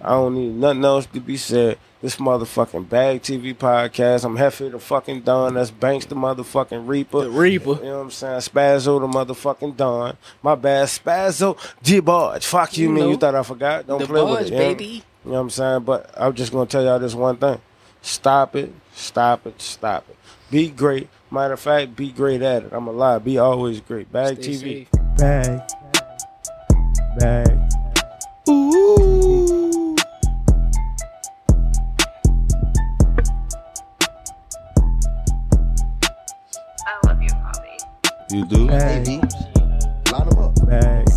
Speaker 3: I don't need nothing else to be said. This motherfucking Bag TV podcast. I'm Hefe the fucking Don. That's Banks the motherfucking Reaper.
Speaker 8: The Reaper.
Speaker 3: You know what I'm saying? Spazzo the motherfucking Don. My bad. Spazzo G Barge. Fuck you,
Speaker 8: You
Speaker 3: man.
Speaker 8: know.
Speaker 3: You thought I forgot? Don't
Speaker 8: The
Speaker 3: play
Speaker 8: bars,
Speaker 3: with it. you hear me?
Speaker 8: baby.
Speaker 3: You know what I'm saying? But I'm just gonna tell y'all this one thing. Stop it, stop it, stop it. Be great. Matter of fact, be great at it. I'm alive. Be always great. Bag
Speaker 8: Stay
Speaker 3: TV.
Speaker 8: safe.
Speaker 9: bag, bag.
Speaker 10: I love you, Bobby.
Speaker 7: you do?
Speaker 9: Bag,
Speaker 6: Line them up.
Speaker 9: bag.